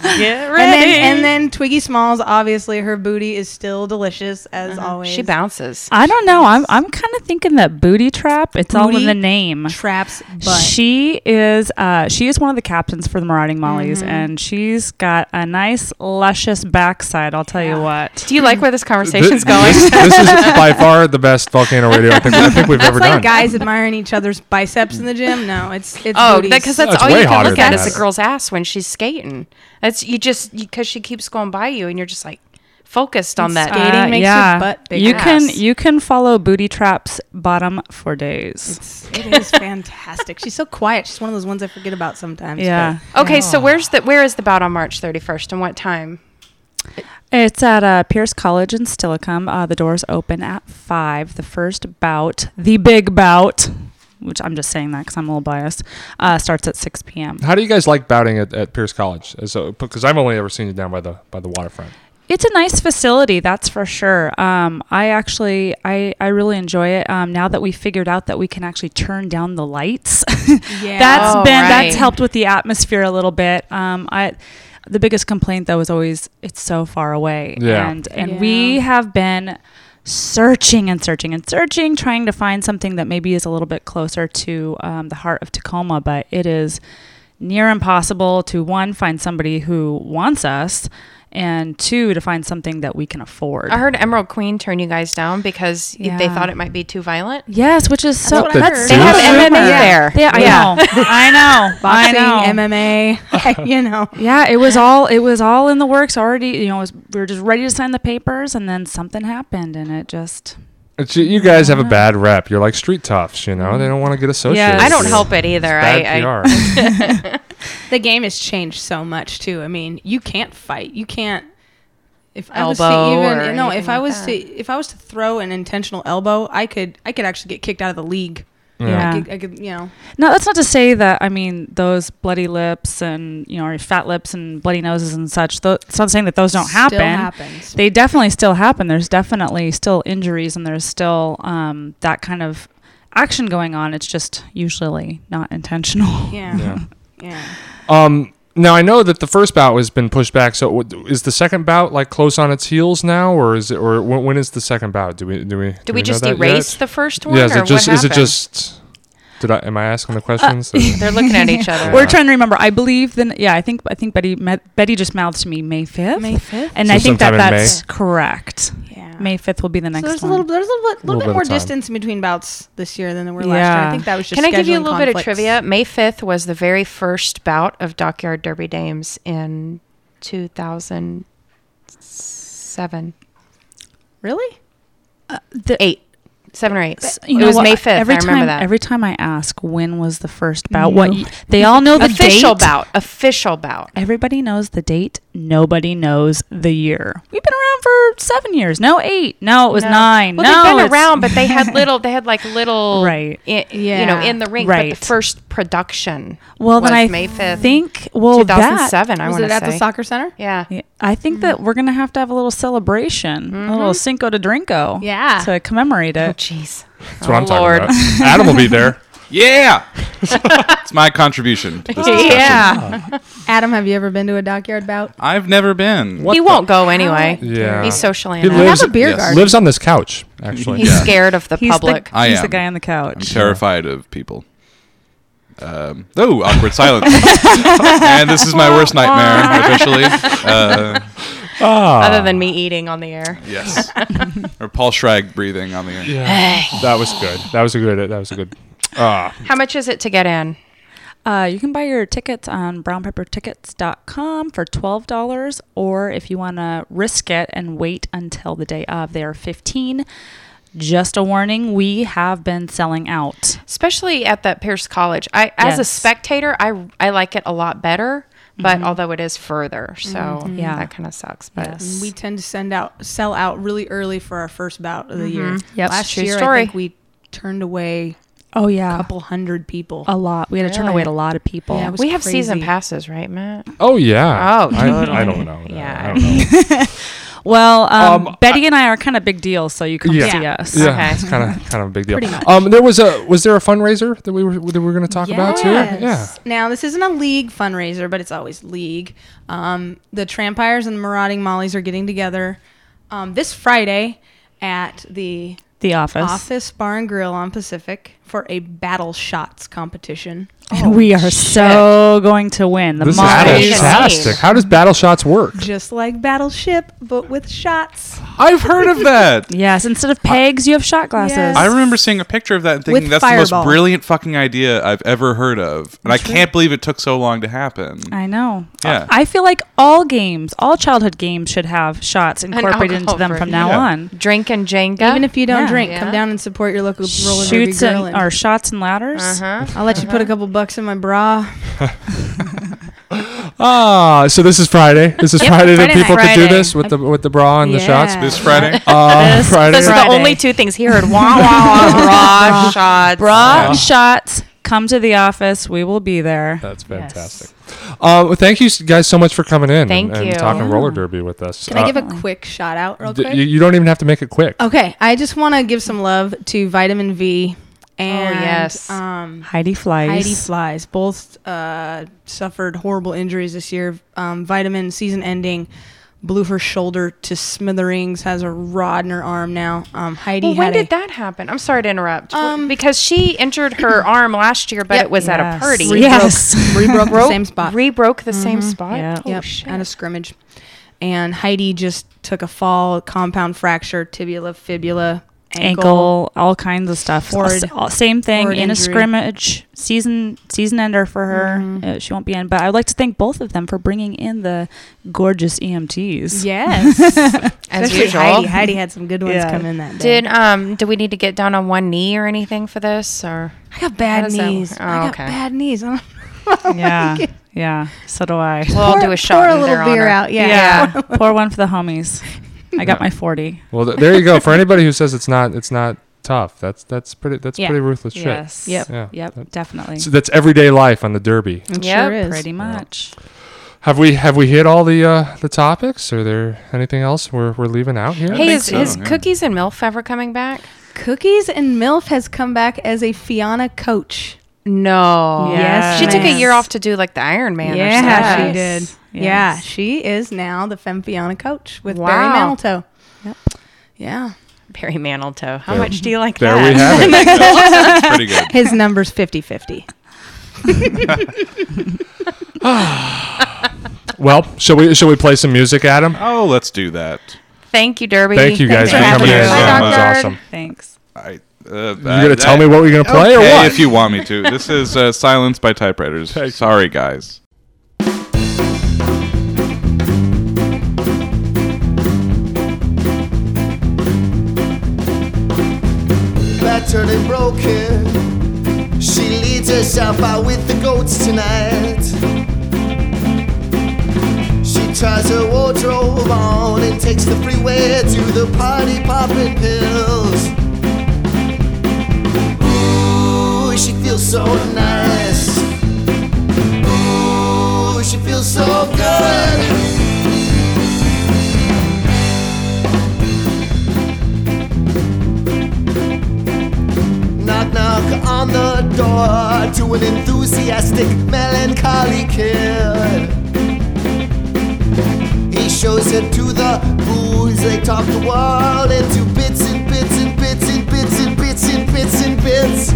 Speaker 6: Get ready.
Speaker 10: And then, and then Twiggy Smalls, obviously, her booty is still delicious as always.
Speaker 6: she bounces.
Speaker 9: I don't know. I'm I'm kind of thinking that booty trap. It's all in
Speaker 10: Booty
Speaker 9: the name.
Speaker 10: traps butt.
Speaker 9: She is uh, she is one of the captains for the Marauding Mollies,
Speaker 6: Mm-hmm.
Speaker 9: and she's got a nice luscious backside. I'll tell you what.
Speaker 6: Do you like where this
Speaker 1: Th-
Speaker 6: conversation's
Speaker 1: [LAUGHS] This,
Speaker 6: going?
Speaker 1: this is
Speaker 6: [LAUGHS]
Speaker 1: by far the best volcano radio I think, I think we've ever
Speaker 10: It's like
Speaker 1: done.
Speaker 10: guys admiring each other's biceps in the gym. No, it's it's
Speaker 6: Oh,
Speaker 10: booties.
Speaker 6: because that's
Speaker 1: That's
Speaker 6: all you
Speaker 1: way
Speaker 6: can
Speaker 1: hotter
Speaker 6: look
Speaker 1: than
Speaker 6: at is
Speaker 1: that.
Speaker 6: a girl's ass when she's skating. That's you just because she keeps going by you, and you're just like focused on that.
Speaker 10: skating
Speaker 9: Uh,
Speaker 10: makes your butt big.
Speaker 9: you
Speaker 6: ass.
Speaker 9: can you can follow booty traps bottom for days.
Speaker 10: it is fantastic. She's so quiet. She's one of those ones I forget about sometimes.
Speaker 9: yeah.
Speaker 6: Okay,
Speaker 10: Oh.
Speaker 6: so where's the where is the bout on March 31st and what time?
Speaker 9: It's at uh, Pierce College in Steilacoom. Uh, the doors open at five. The first bout, the big bout, which I'm just saying that because I'm a little biased, uh, starts at six p.m.
Speaker 1: How do you guys like bouting at, at Pierce College? So, because I've only ever seen you down by the by the waterfront.
Speaker 9: It's a nice facility, that's for sure. Um, I actually, I, I really enjoy it. Um, now that we figured out that we can actually turn down the lights, [LAUGHS]
Speaker 10: Yeah.
Speaker 9: that's
Speaker 6: Oh,
Speaker 9: been
Speaker 6: right.
Speaker 9: that's helped with the atmosphere a little bit. Um, I, the biggest complaint though is always it's so far away,
Speaker 1: Yeah.
Speaker 9: and and we have been searching and searching and searching, trying to find something that maybe is a little bit closer to um, the heart of Tacoma, but it is near impossible to one find somebody who wants us and two to find something that we can afford.
Speaker 6: I heard Emerald Queen turn you guys down because y they
Speaker 9: Yeah.
Speaker 6: thought it might be too violent.
Speaker 9: yes, which is so
Speaker 10: What the
Speaker 9: that's
Speaker 10: deuce?
Speaker 6: They have
Speaker 1: Really?
Speaker 6: MMA
Speaker 9: Yeah.
Speaker 6: there.
Speaker 9: Yeah, I know. [LAUGHS] I know. I
Speaker 10: boxing,
Speaker 9: know.
Speaker 10: MMA, you know.
Speaker 9: Yeah, it was all it was all in the works already. You know, it was, we were just ready to sign the papers, and then something happened, and it just
Speaker 1: It's, you- you guys have a bad rep. You're like street toughs. You know they don't want to get associated.
Speaker 9: I
Speaker 6: I don't
Speaker 1: with you.
Speaker 6: help it either.
Speaker 1: Bad
Speaker 6: I, [LAUGHS] I
Speaker 1: PR.
Speaker 10: The game has changed so much too. I mean, you can't fight. You can't. If I was
Speaker 6: Elbow
Speaker 10: to
Speaker 6: or
Speaker 10: even no, if
Speaker 6: anything
Speaker 10: I
Speaker 6: like
Speaker 10: was
Speaker 6: that.
Speaker 10: to if I was to throw an intentional elbow, I could I could actually get kicked out of the league.
Speaker 9: yeah.
Speaker 10: I, could, I could, you know.
Speaker 9: No, that's not to say that I mean those bloody lips and you know or fat lips and bloody noses and such. Th- it's not saying that those don't
Speaker 10: Still
Speaker 9: happen.
Speaker 10: happens.
Speaker 9: They definitely still happen. There's definitely still injuries and there's still um, that kind of action going on. It's just usually not intentional. [LAUGHS]
Speaker 10: Yeah.
Speaker 1: Yeah.
Speaker 10: Yeah.
Speaker 1: Um, now I know that the first bout has been pushed back. So w- is the second bout like close on its heels now, or is it, or when, when is the second bout? Do we do we
Speaker 6: do we
Speaker 1: know
Speaker 6: just
Speaker 1: that
Speaker 6: erase
Speaker 1: yet?
Speaker 6: the first one?
Speaker 1: yeah, is
Speaker 6: or
Speaker 1: it just
Speaker 6: what
Speaker 1: is it
Speaker 6: happened? Uh,
Speaker 1: just? Did I am I asking the
Speaker 6: [LAUGHS]
Speaker 1: questions?
Speaker 6: They're looking at
Speaker 9: [LAUGHS]
Speaker 6: each other.
Speaker 9: We're trying to remember. I believe then. Yeah, I think I think Betty met, Betty just mouthed to me May fifth,
Speaker 10: May 5th?
Speaker 9: and
Speaker 1: So
Speaker 9: I think that
Speaker 1: sometime in
Speaker 9: that's correct.
Speaker 10: Yeah.
Speaker 9: May 5th will be the next
Speaker 10: so there's
Speaker 9: one.
Speaker 10: a little, there's a little, little,
Speaker 1: Little bit
Speaker 10: bit
Speaker 1: of
Speaker 10: more
Speaker 1: time.
Speaker 10: distance in between bouts this year than there were last year.
Speaker 9: Yeah.
Speaker 10: I think that was just.
Speaker 6: Can I give you a
Speaker 10: scheduling
Speaker 6: little bit of
Speaker 10: conflicts.
Speaker 6: trivia? May 5th was the very first bout of Dockyard Derby Dames in 2007.
Speaker 10: Really?
Speaker 9: Uh, The- Uh,
Speaker 6: Eight. Seven or eight.
Speaker 9: you
Speaker 6: it
Speaker 9: know
Speaker 6: was
Speaker 9: what?
Speaker 6: May 5th.
Speaker 9: Every
Speaker 6: I remember
Speaker 9: time,
Speaker 6: that.
Speaker 9: Every time I ask when was the first bout, what y- they all know the
Speaker 6: official
Speaker 9: date.
Speaker 6: bout. Official bout.
Speaker 9: Everybody knows the date. Nobody knows the year. We've been around for seven years. No, eight. No, it was nine.
Speaker 6: Well,
Speaker 9: no,
Speaker 6: they've been
Speaker 9: it's-
Speaker 6: around, but they
Speaker 9: [LAUGHS]
Speaker 6: had little. They had like little,
Speaker 9: Right.
Speaker 6: i- You know,
Speaker 10: Yeah.
Speaker 6: in the ring. But
Speaker 9: Right.
Speaker 6: the first production.
Speaker 9: Well,
Speaker 6: was
Speaker 9: then I
Speaker 6: May 5th,
Speaker 9: think well that
Speaker 6: 2007. I
Speaker 10: was
Speaker 6: want
Speaker 10: it
Speaker 6: to
Speaker 10: at
Speaker 6: say.
Speaker 10: the soccer center?
Speaker 6: Yeah. Mm-hmm.
Speaker 9: Yeah, I think that we're gonna have to have a little celebration, a little Cinco de Drinko,
Speaker 10: Yeah.
Speaker 9: to commemorate
Speaker 6: Oh,
Speaker 9: it.
Speaker 6: jeez.
Speaker 1: That's what I'm talking
Speaker 6: Lord.
Speaker 1: about. Adam will be there.
Speaker 2: Yeah, [LAUGHS] it's my contribution. To this
Speaker 6: [LAUGHS]
Speaker 2: discussion.
Speaker 6: Yeah.
Speaker 10: Adam, have you ever been to a dockyard bout?
Speaker 2: I've never
Speaker 9: Mm.
Speaker 2: been.
Speaker 6: He won't go anyway.
Speaker 1: Yeah.
Speaker 6: He's socially
Speaker 1: He
Speaker 6: inept.
Speaker 1: lives,
Speaker 10: have a beer
Speaker 2: yes.
Speaker 10: garden.
Speaker 1: lives on this couch, actually.
Speaker 6: He's scared of the
Speaker 9: He's
Speaker 6: public.
Speaker 9: the,
Speaker 2: I
Speaker 9: he's the
Speaker 2: am.
Speaker 9: guy on the
Speaker 2: I'm
Speaker 9: couch.
Speaker 2: terrified of people. Um, oh, awkward
Speaker 1: [LAUGHS]
Speaker 2: silence. and this is my worst nightmare officially. Uh,
Speaker 1: Ah.
Speaker 6: other than me eating on the air. [LAUGHS]
Speaker 2: yes, or Paul Schrag breathing on the air.
Speaker 1: That was good. That was a good. That was a good. Ah,
Speaker 6: How much is it to get in?
Speaker 9: Uh, you can buy your tickets on brownpeppertickets.com for twelve dollars, or if you want to risk it and wait until the day of, they are fifteen. Just a warning: we have been selling out.
Speaker 6: Especially at that Pierce College. I as a
Speaker 9: Yes.
Speaker 6: spectator, I I like it a lot better, but
Speaker 10: Mm-hmm.
Speaker 6: although it is further, so
Speaker 9: Yeah.
Speaker 6: that kind of sucks. But
Speaker 9: Mm-hmm. Yes.
Speaker 10: We tend to send out sell out really early for our first bout of the year.
Speaker 9: Mm-hmm. Yep.
Speaker 10: Last
Speaker 6: True
Speaker 10: year,
Speaker 6: story.
Speaker 10: I think we turned away
Speaker 9: Oh
Speaker 10: a
Speaker 9: yeah,
Speaker 10: couple hundred people.
Speaker 9: a lot. We had to turn
Speaker 6: Really?
Speaker 9: away a lot of people.
Speaker 10: Yeah, it was
Speaker 6: we have season
Speaker 10: crazy.
Speaker 6: passes, right, Matt?
Speaker 1: oh yeah.
Speaker 6: Oh,
Speaker 1: I, I don't know.
Speaker 6: Yeah.
Speaker 1: I
Speaker 6: [LAUGHS]
Speaker 1: don't know.
Speaker 9: Well, um,
Speaker 1: Um,
Speaker 9: Betty and I are kind of big deal, so you come
Speaker 1: Yeah.
Speaker 9: see us.
Speaker 1: Yeah,
Speaker 6: Okay.
Speaker 1: it's
Speaker 9: [LAUGHS]
Speaker 1: kind of kind of a big deal.
Speaker 2: [LAUGHS]
Speaker 1: Um, there was a was there a fundraiser that we were that we were going to talk about too? Yeah.
Speaker 10: Yes. Now this isn't a league fundraiser, but it's always league. Um, the Trampires and the Marauding Mollies are getting together um, this Friday at the
Speaker 9: The office.
Speaker 10: Office Bar and Grill on Pacific for a battle shots competition.
Speaker 9: And we are so going to win. The
Speaker 1: This is
Speaker 9: Mollies.
Speaker 6: Mollies.
Speaker 1: fantastic. How does battle shots work?
Speaker 10: Just like Battleship, but with shots.
Speaker 2: I've heard
Speaker 9: [LAUGHS]
Speaker 2: of that.
Speaker 9: Yes, instead of pegs, you have shot glasses.
Speaker 10: Yes.
Speaker 2: I remember seeing a picture of that and thinking
Speaker 10: With
Speaker 2: that's the most
Speaker 10: Fireball.
Speaker 2: brilliant fucking idea I've ever heard of, and I can't believe it took so long to happen.
Speaker 9: I know.
Speaker 7: Uh,
Speaker 2: Yeah.
Speaker 9: [LAUGHS]
Speaker 2: Uh,
Speaker 9: I feel like all games, all childhood games should have shots incorporated into
Speaker 6: alcohol
Speaker 9: them
Speaker 6: free.
Speaker 9: from now
Speaker 2: Yeah.
Speaker 9: on.
Speaker 6: Drink and Jenga.
Speaker 10: Even if you don't
Speaker 9: Yeah.
Speaker 10: drink,
Speaker 6: Yeah.
Speaker 10: come down and support your local roller derby
Speaker 9: Shoots
Speaker 10: girl.
Speaker 9: and,
Speaker 10: And
Speaker 9: or shots and ladders.
Speaker 6: uh-huh.
Speaker 10: I'll let you put a couple bucks in my bra.
Speaker 1: [LAUGHS] Ah, so this is Friday. This is
Speaker 6: Yep,
Speaker 1: Friday that
Speaker 6: Friday
Speaker 1: people
Speaker 6: night.
Speaker 1: could do this with the with the bra and the shots.
Speaker 10: Yeah.
Speaker 2: This Friday,
Speaker 1: Uh, Friday.
Speaker 6: Those are the
Speaker 9: Friday.
Speaker 6: only two things he heard. Wah
Speaker 10: [LAUGHS]
Speaker 6: wah wah. Bra shots.
Speaker 9: Bra shots. Come to the office. We will be there.
Speaker 1: That's fantastic. Uh, well, thank you s- guys so much for coming in
Speaker 6: Thank
Speaker 1: and, and
Speaker 6: you.
Speaker 1: talking roller derby with us. Uh,
Speaker 10: Can I give a quick shout out real quick?
Speaker 1: you, you don't even have to make it quick.
Speaker 10: Okay, I just want to give some love to Vitamin V and
Speaker 6: Oh, yes.
Speaker 10: um,
Speaker 9: Heidi flies.
Speaker 10: Heidi Flies. Both uh, suffered horrible injuries this year. Um, Vitamin season ending blew her shoulder to smithereens. Has a rod in her arm now. Um, Heidi.
Speaker 6: Well, when
Speaker 10: had
Speaker 6: did
Speaker 10: a-
Speaker 6: that happen? I'm sorry to interrupt. Um, because she injured
Speaker 10: [CLEARS THROAT]
Speaker 6: her arm last year, but
Speaker 10: Yep.
Speaker 6: it was at a
Speaker 9: Yes.
Speaker 6: party.
Speaker 9: Re-
Speaker 6: [LAUGHS]
Speaker 9: Yes. Mm-hmm.
Speaker 10: Rebroke the same spot.
Speaker 6: Re-broke the same spot.
Speaker 9: Yeah.
Speaker 6: Oh,
Speaker 10: yep,
Speaker 6: shit.
Speaker 10: at a scrimmage. And Heidi just took a fall, compound fracture, tibula, fibula, ankle.
Speaker 9: ankle, all kinds of stuff.
Speaker 10: Forward-
Speaker 9: S- all- same thing
Speaker 10: forward
Speaker 9: in a
Speaker 10: injury.
Speaker 9: scrimmage season season ender for her.
Speaker 10: Mm-hmm.
Speaker 9: Uh, she won't be in, but I would like to thank both of them for bringing in the gorgeous E EMTs. [LAUGHS]
Speaker 10: Yes. Especially
Speaker 6: usual.
Speaker 10: Heidi. Heidi had some good ones
Speaker 9: Yeah.
Speaker 10: come in that day.
Speaker 6: Did um do we need to get down on one knee or anything for this or
Speaker 10: I got bad
Speaker 6: does that work?
Speaker 10: knees. I
Speaker 6: Oh,
Speaker 10: got
Speaker 6: okay.
Speaker 10: bad knees. [LAUGHS] I
Speaker 9: [LAUGHS]
Speaker 10: don't-
Speaker 9: Yeah,
Speaker 10: [LAUGHS]
Speaker 9: yeah. So do I.
Speaker 6: we'll all do a shot
Speaker 10: Pour a
Speaker 6: in their
Speaker 10: little beer
Speaker 6: honor.
Speaker 10: out. Yeah. [LAUGHS]
Speaker 9: Yeah, pour one for the homies. I got my forty.
Speaker 1: Well, th- there you go. For anybody who says it's not it's not tough, that's that's pretty that's
Speaker 9: Yeah.
Speaker 1: pretty ruthless shit.
Speaker 9: Yes.
Speaker 10: Yep.
Speaker 1: Yeah.
Speaker 9: Yep.
Speaker 1: That-
Speaker 9: Definitely.
Speaker 1: So that's everyday life on the derby.
Speaker 10: [LAUGHS] It
Speaker 6: Yep,
Speaker 10: sure is.
Speaker 9: Pretty much.
Speaker 1: Have we have we hit all the uh, the topics? Are there anything else we're we're leaving out here?
Speaker 6: Hey,
Speaker 2: think
Speaker 6: is,
Speaker 2: so,
Speaker 6: is
Speaker 2: yeah.
Speaker 6: cookies and MILF ever coming back?
Speaker 10: Cookies and MILF has come back as a Fiona coach.
Speaker 6: No.
Speaker 10: Yes,
Speaker 6: She took a
Speaker 10: ma'am.
Speaker 6: year off to do like the Iron Man
Speaker 10: Yeah,
Speaker 6: or
Speaker 10: she
Speaker 6: something.
Speaker 10: did.
Speaker 9: Yes.
Speaker 10: Yeah, she is now the Femme Fiona coach with Barry
Speaker 6: Wow.
Speaker 10: Manilto. Yeah.
Speaker 6: Barry Manilto. How much do you like
Speaker 1: there
Speaker 6: that?
Speaker 1: we have
Speaker 6: [LAUGHS]
Speaker 10: [LAUGHS]
Speaker 1: it.
Speaker 2: it's pretty good.
Speaker 10: His number's 50
Speaker 1: [LAUGHS]
Speaker 10: [LAUGHS] 50.
Speaker 1: Well, shall we shall we play some music, Adam?
Speaker 2: Oh, let's do that.
Speaker 6: Thank you, Derby.
Speaker 1: Thank you guys
Speaker 9: for
Speaker 6: having
Speaker 9: coming in.
Speaker 6: us. Bye,
Speaker 2: That
Speaker 1: was
Speaker 6: Doctor.
Speaker 1: awesome.
Speaker 9: Thanks.
Speaker 2: I, uh, you
Speaker 1: You gonna tell me what we're gonna play
Speaker 2: okay,
Speaker 1: or what?
Speaker 2: if you want me to. This is uh, Silence by Typewriters. Sorry, guys.
Speaker 11: battered and broken. She leads herself out with the goats tonight. She tries her wardrobe on and takes the freeway to the party popping pills. Ooh, she feels so nice. Ooh, she feels so good. knock knock on the door to an enthusiastic melancholy kid he shows it to the booze they talk the world into bits and bits and bits and bits and bits and bits and bits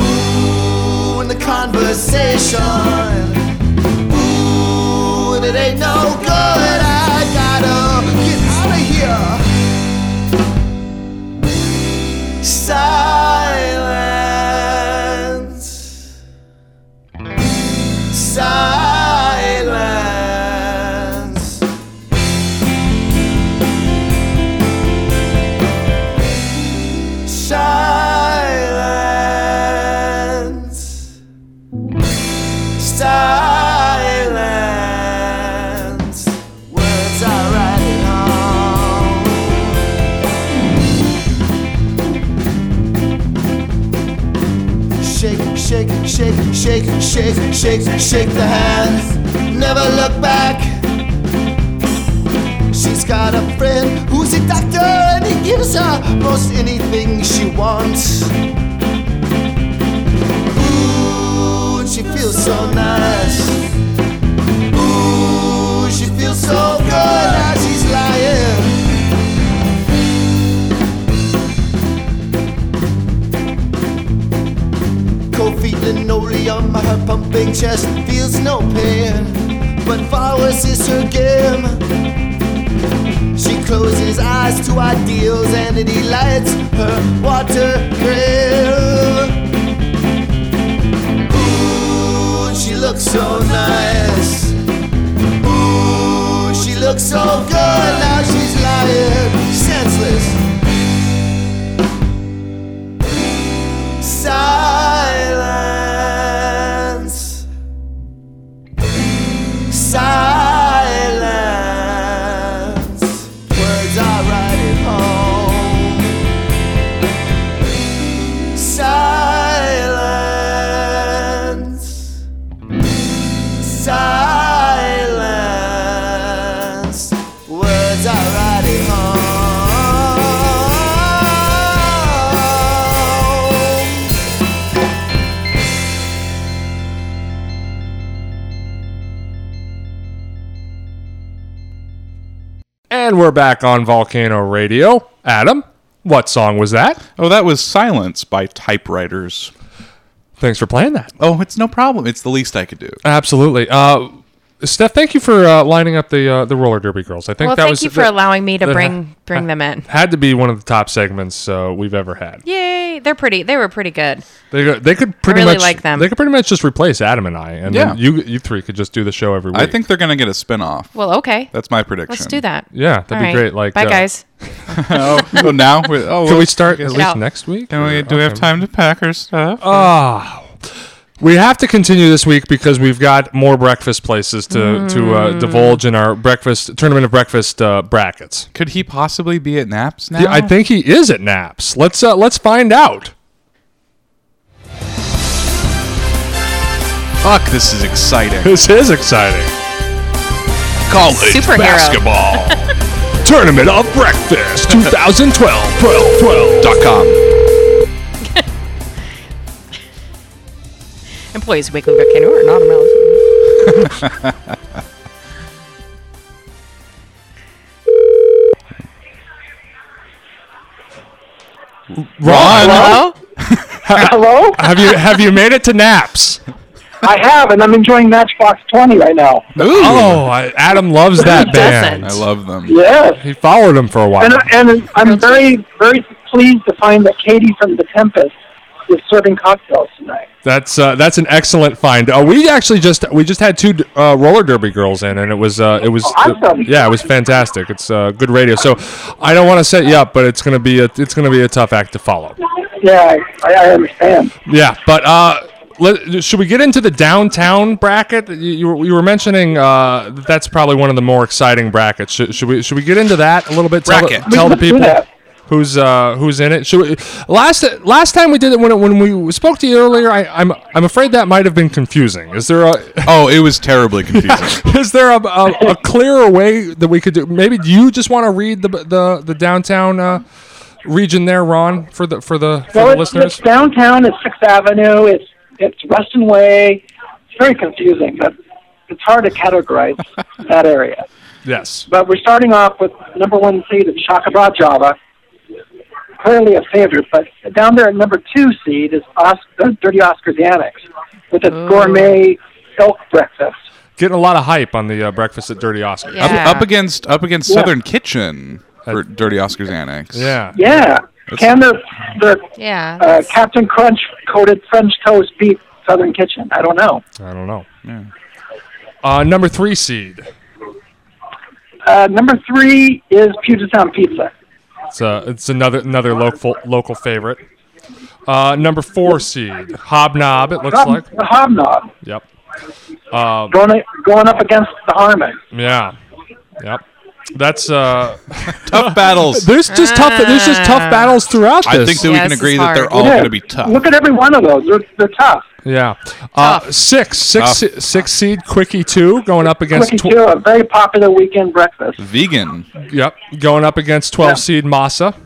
Speaker 11: ooh in the conversation ooh and it ain't no good i gotta get out of here Silence. Silence. Silence. Silence. Words are riding on. Shake, shake, shake, shake, shake, shake, shake the hands. Never look back. She's got a friend who's a doctor and he gives her most anything she wants. Ooh, and she feels so nice. Ooh, she feels so good as she's lying. Cold feet, linoleum, her pumping chest feels no pain. But flowers is her game. She closes eyes to ideals and it lights her water grill. Ooh, she looks so nice. Ooh, she looks so good. Now she's lying, senseless. Silence. Silence. Words are riding home. Silence. Silence. Words are riding home.
Speaker 1: And we're back on Volcano Radio. Adam, what song was that?
Speaker 2: Oh, that was Silence by Typewriters.
Speaker 1: Thanks for playing that.
Speaker 2: Oh, it's no problem. It's the least I could do.
Speaker 1: Absolutely. Uh, Steph, thank you for uh, lining up the uh, the roller derby girls. I think
Speaker 6: Well,
Speaker 1: that
Speaker 6: thank
Speaker 1: was Uh-huh.
Speaker 6: you for
Speaker 1: that
Speaker 6: allowing me to
Speaker 1: [LAUGHS] that
Speaker 6: bring bring them in.
Speaker 1: had to be one of the top segments uh, we've ever had.
Speaker 6: Yay! They're pretty. They were pretty good.
Speaker 1: They go- they could pretty
Speaker 6: really
Speaker 1: much
Speaker 6: like them.
Speaker 1: They could pretty much just replace Adam and I, and then
Speaker 2: Yeah.
Speaker 1: you you three could just do the show every week.
Speaker 2: I think they're going to get a spinoff.
Speaker 6: Well, okay.
Speaker 2: That's my prediction.
Speaker 6: Let's do that.
Speaker 1: yeah, that'd
Speaker 6: All
Speaker 1: be
Speaker 6: right.
Speaker 1: great. Like,
Speaker 6: bye
Speaker 1: uh, [LAUGHS]
Speaker 6: guys.
Speaker 2: [LAUGHS] oh, oh, now? we oh,
Speaker 1: Can
Speaker 2: well,
Speaker 1: we start at least
Speaker 6: Yeah.
Speaker 1: next week?
Speaker 2: Can we,
Speaker 1: Or-
Speaker 2: do we have
Speaker 1: okay.
Speaker 2: time to pack our stuff?
Speaker 1: Ah. We have to continue this week because we've got more breakfast places to to
Speaker 6: Mm.
Speaker 1: uh, divulge in our breakfast tournament of breakfast uh, brackets.
Speaker 2: Could he possibly be at Naps now?
Speaker 1: Yeah, I think he is at Naps. Let's uh, let's find out.
Speaker 2: Fuck, this is exciting.
Speaker 1: This is exciting.
Speaker 2: College
Speaker 6: Superhero.
Speaker 2: basketball.
Speaker 7: [LAUGHS]
Speaker 1: Tournament of Breakfast 2012 12 12.
Speaker 2: dot com.
Speaker 6: Employees Weekly Volcano are not allowed.
Speaker 1: Ron,
Speaker 6: Hello.
Speaker 7: Hello?
Speaker 1: have you have you made it to Naps?
Speaker 7: I have, and I'm enjoying Matchbox 20 right now.
Speaker 1: Oh, I, Adam loves that
Speaker 7: Who
Speaker 1: band.
Speaker 7: doesn't? I
Speaker 2: love them.
Speaker 7: Yes.
Speaker 1: He followed him for a while.
Speaker 7: And, and I'm very, very pleased to find that Katie from The Tempest is serving cocktails tonight.
Speaker 1: That's uh, that's an excellent find. Uh, we actually just we just had two uh, roller derby girls in, and it was uh, it was yeah, it was fantastic. It's uh, good radio. So I don't want to set you up, but it's gonna be a, it's gonna be a tough act to follow.
Speaker 7: Yeah, I, I understand.
Speaker 1: Yeah, but uh, let, should we get into the downtown bracket? You, you, were, you were mentioning uh, that that's probably one of the more exciting brackets. Should, should we should we get into that a little bit? Tell
Speaker 2: Bracket.
Speaker 1: The, tell the
Speaker 2: Let's do
Speaker 1: people
Speaker 2: that.
Speaker 1: who's uh, who's in it. Should we, last last time we did it when it, when we spoke to you earlier, I, I'm I'm afraid that might have been confusing. Is there a
Speaker 2: [LAUGHS] Oh, it was terribly confusing.
Speaker 1: [LAUGHS] is there a, a, a clearer way that we could do? Maybe you just want to read the the the downtown. Uh, Region there, Ron, for the for the for
Speaker 7: well,
Speaker 1: the
Speaker 7: it's,
Speaker 1: listeners.
Speaker 7: it's downtown. It's Sixth Avenue. It's it's Weston Way. It's very confusing, but it's hard to categorize that area.
Speaker 1: Yes.
Speaker 7: But we're starting off with number one seed at Shakabra Java. Clearly a favorite, but down there at number two seed is Os- uh, Dirty Oscar's Annex with its gourmet elk breakfast.
Speaker 1: Getting a lot of hype on the uh, breakfast at Dirty Oscar.
Speaker 7: Yeah.
Speaker 2: Up, up against up against
Speaker 7: Yeah.
Speaker 2: Southern Kitchen for Dirty Oscar's Annex.
Speaker 1: Yeah.
Speaker 7: Yeah.
Speaker 2: That's-
Speaker 7: Can the, the
Speaker 6: Yeah.
Speaker 7: uh, Captain Crunch coated French toast beat Southern Kitchen? I don't know.
Speaker 1: I don't know. Uh, number three seed.
Speaker 7: Uh, number three is Puget Sound Pizza.
Speaker 1: It's, uh, it's another another local local favorite. Uh, number four seed. Hobnob. It looks
Speaker 7: Hob-
Speaker 1: like.
Speaker 7: the Hobnob
Speaker 1: Yep. Um,
Speaker 7: going going up against the Harmon.
Speaker 1: yeah. Yep. That's uh,
Speaker 2: [LAUGHS] tough battles.
Speaker 1: There's just tough. There's just
Speaker 7: Ah.
Speaker 1: tough battles throughout
Speaker 2: I
Speaker 1: this.
Speaker 2: think that we can agree that they're all going to be tough.
Speaker 7: Look at every one of those; they're, they're tough.
Speaker 1: Yeah. Uh, six, six,
Speaker 2: Tough.
Speaker 1: si- six seed. Quickie two going up against.
Speaker 7: Quickie
Speaker 1: tw-
Speaker 7: Two, a very popular weekend breakfast.
Speaker 2: Vegan.
Speaker 1: Yep. Going up against twelve seed Masa.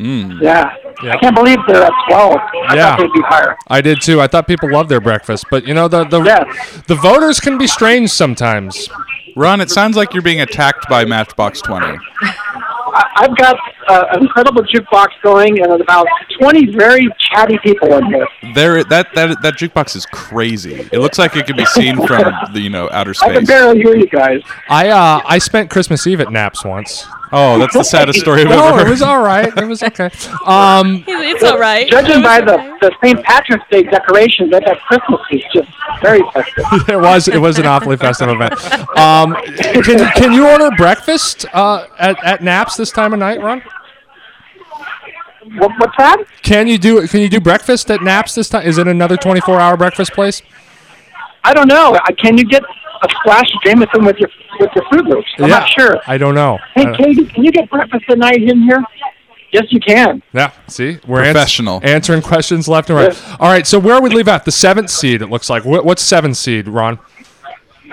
Speaker 2: Mm.
Speaker 7: Yeah,
Speaker 1: Yeah.
Speaker 7: I can't believe they're at twelve. I
Speaker 1: Yeah.
Speaker 7: thought they'd be higher.
Speaker 1: I did too. I thought people loved their breakfast, but you know the the the voters can be strange sometimes.
Speaker 2: Ron, it sounds like you're being attacked by Matchbox 20.
Speaker 7: I, I've got uh, an incredible jukebox going, and about twenty very chatty people in here.
Speaker 2: There, that that that jukebox is crazy. It looks like it could be seen from the you know outer
Speaker 7: I can
Speaker 2: space.
Speaker 7: barely hear you guys.
Speaker 1: I uh I spent Christmas Eve at Naps once.
Speaker 2: Oh, that's the
Speaker 7: [LAUGHS]
Speaker 2: saddest story I've
Speaker 1: no,
Speaker 2: ever heard.
Speaker 1: it was all right. It
Speaker 2: [LAUGHS]
Speaker 1: was okay. Um,
Speaker 12: It's all right.
Speaker 7: Judging by the, the St. Patrick's Day decorations, that that Christmas is just very
Speaker 1: [LAUGHS]
Speaker 7: festive.
Speaker 1: it was it was an awfully festive event. Um, can can you order breakfast uh at, at Naps this time of night, Ron?
Speaker 7: What, what's that?
Speaker 1: Can you do can you do breakfast at Naps this time? Is it another twenty four hour breakfast place?
Speaker 7: I don't know. I- Can you get a splash of Jameson with your with your Fruit Loops? I'm
Speaker 1: yeah, Uh,
Speaker 7: not sure.
Speaker 1: I don't know.
Speaker 7: Hey,
Speaker 1: I don't-
Speaker 7: Katie, can you get breakfast tonight in here? Yes, you can.
Speaker 1: Yeah, see, we're ans-
Speaker 2: Professional.
Speaker 1: answering questions left and right. All right, so where would leave out the seventh seed? It looks like Wh- what's seventh seed, Ron?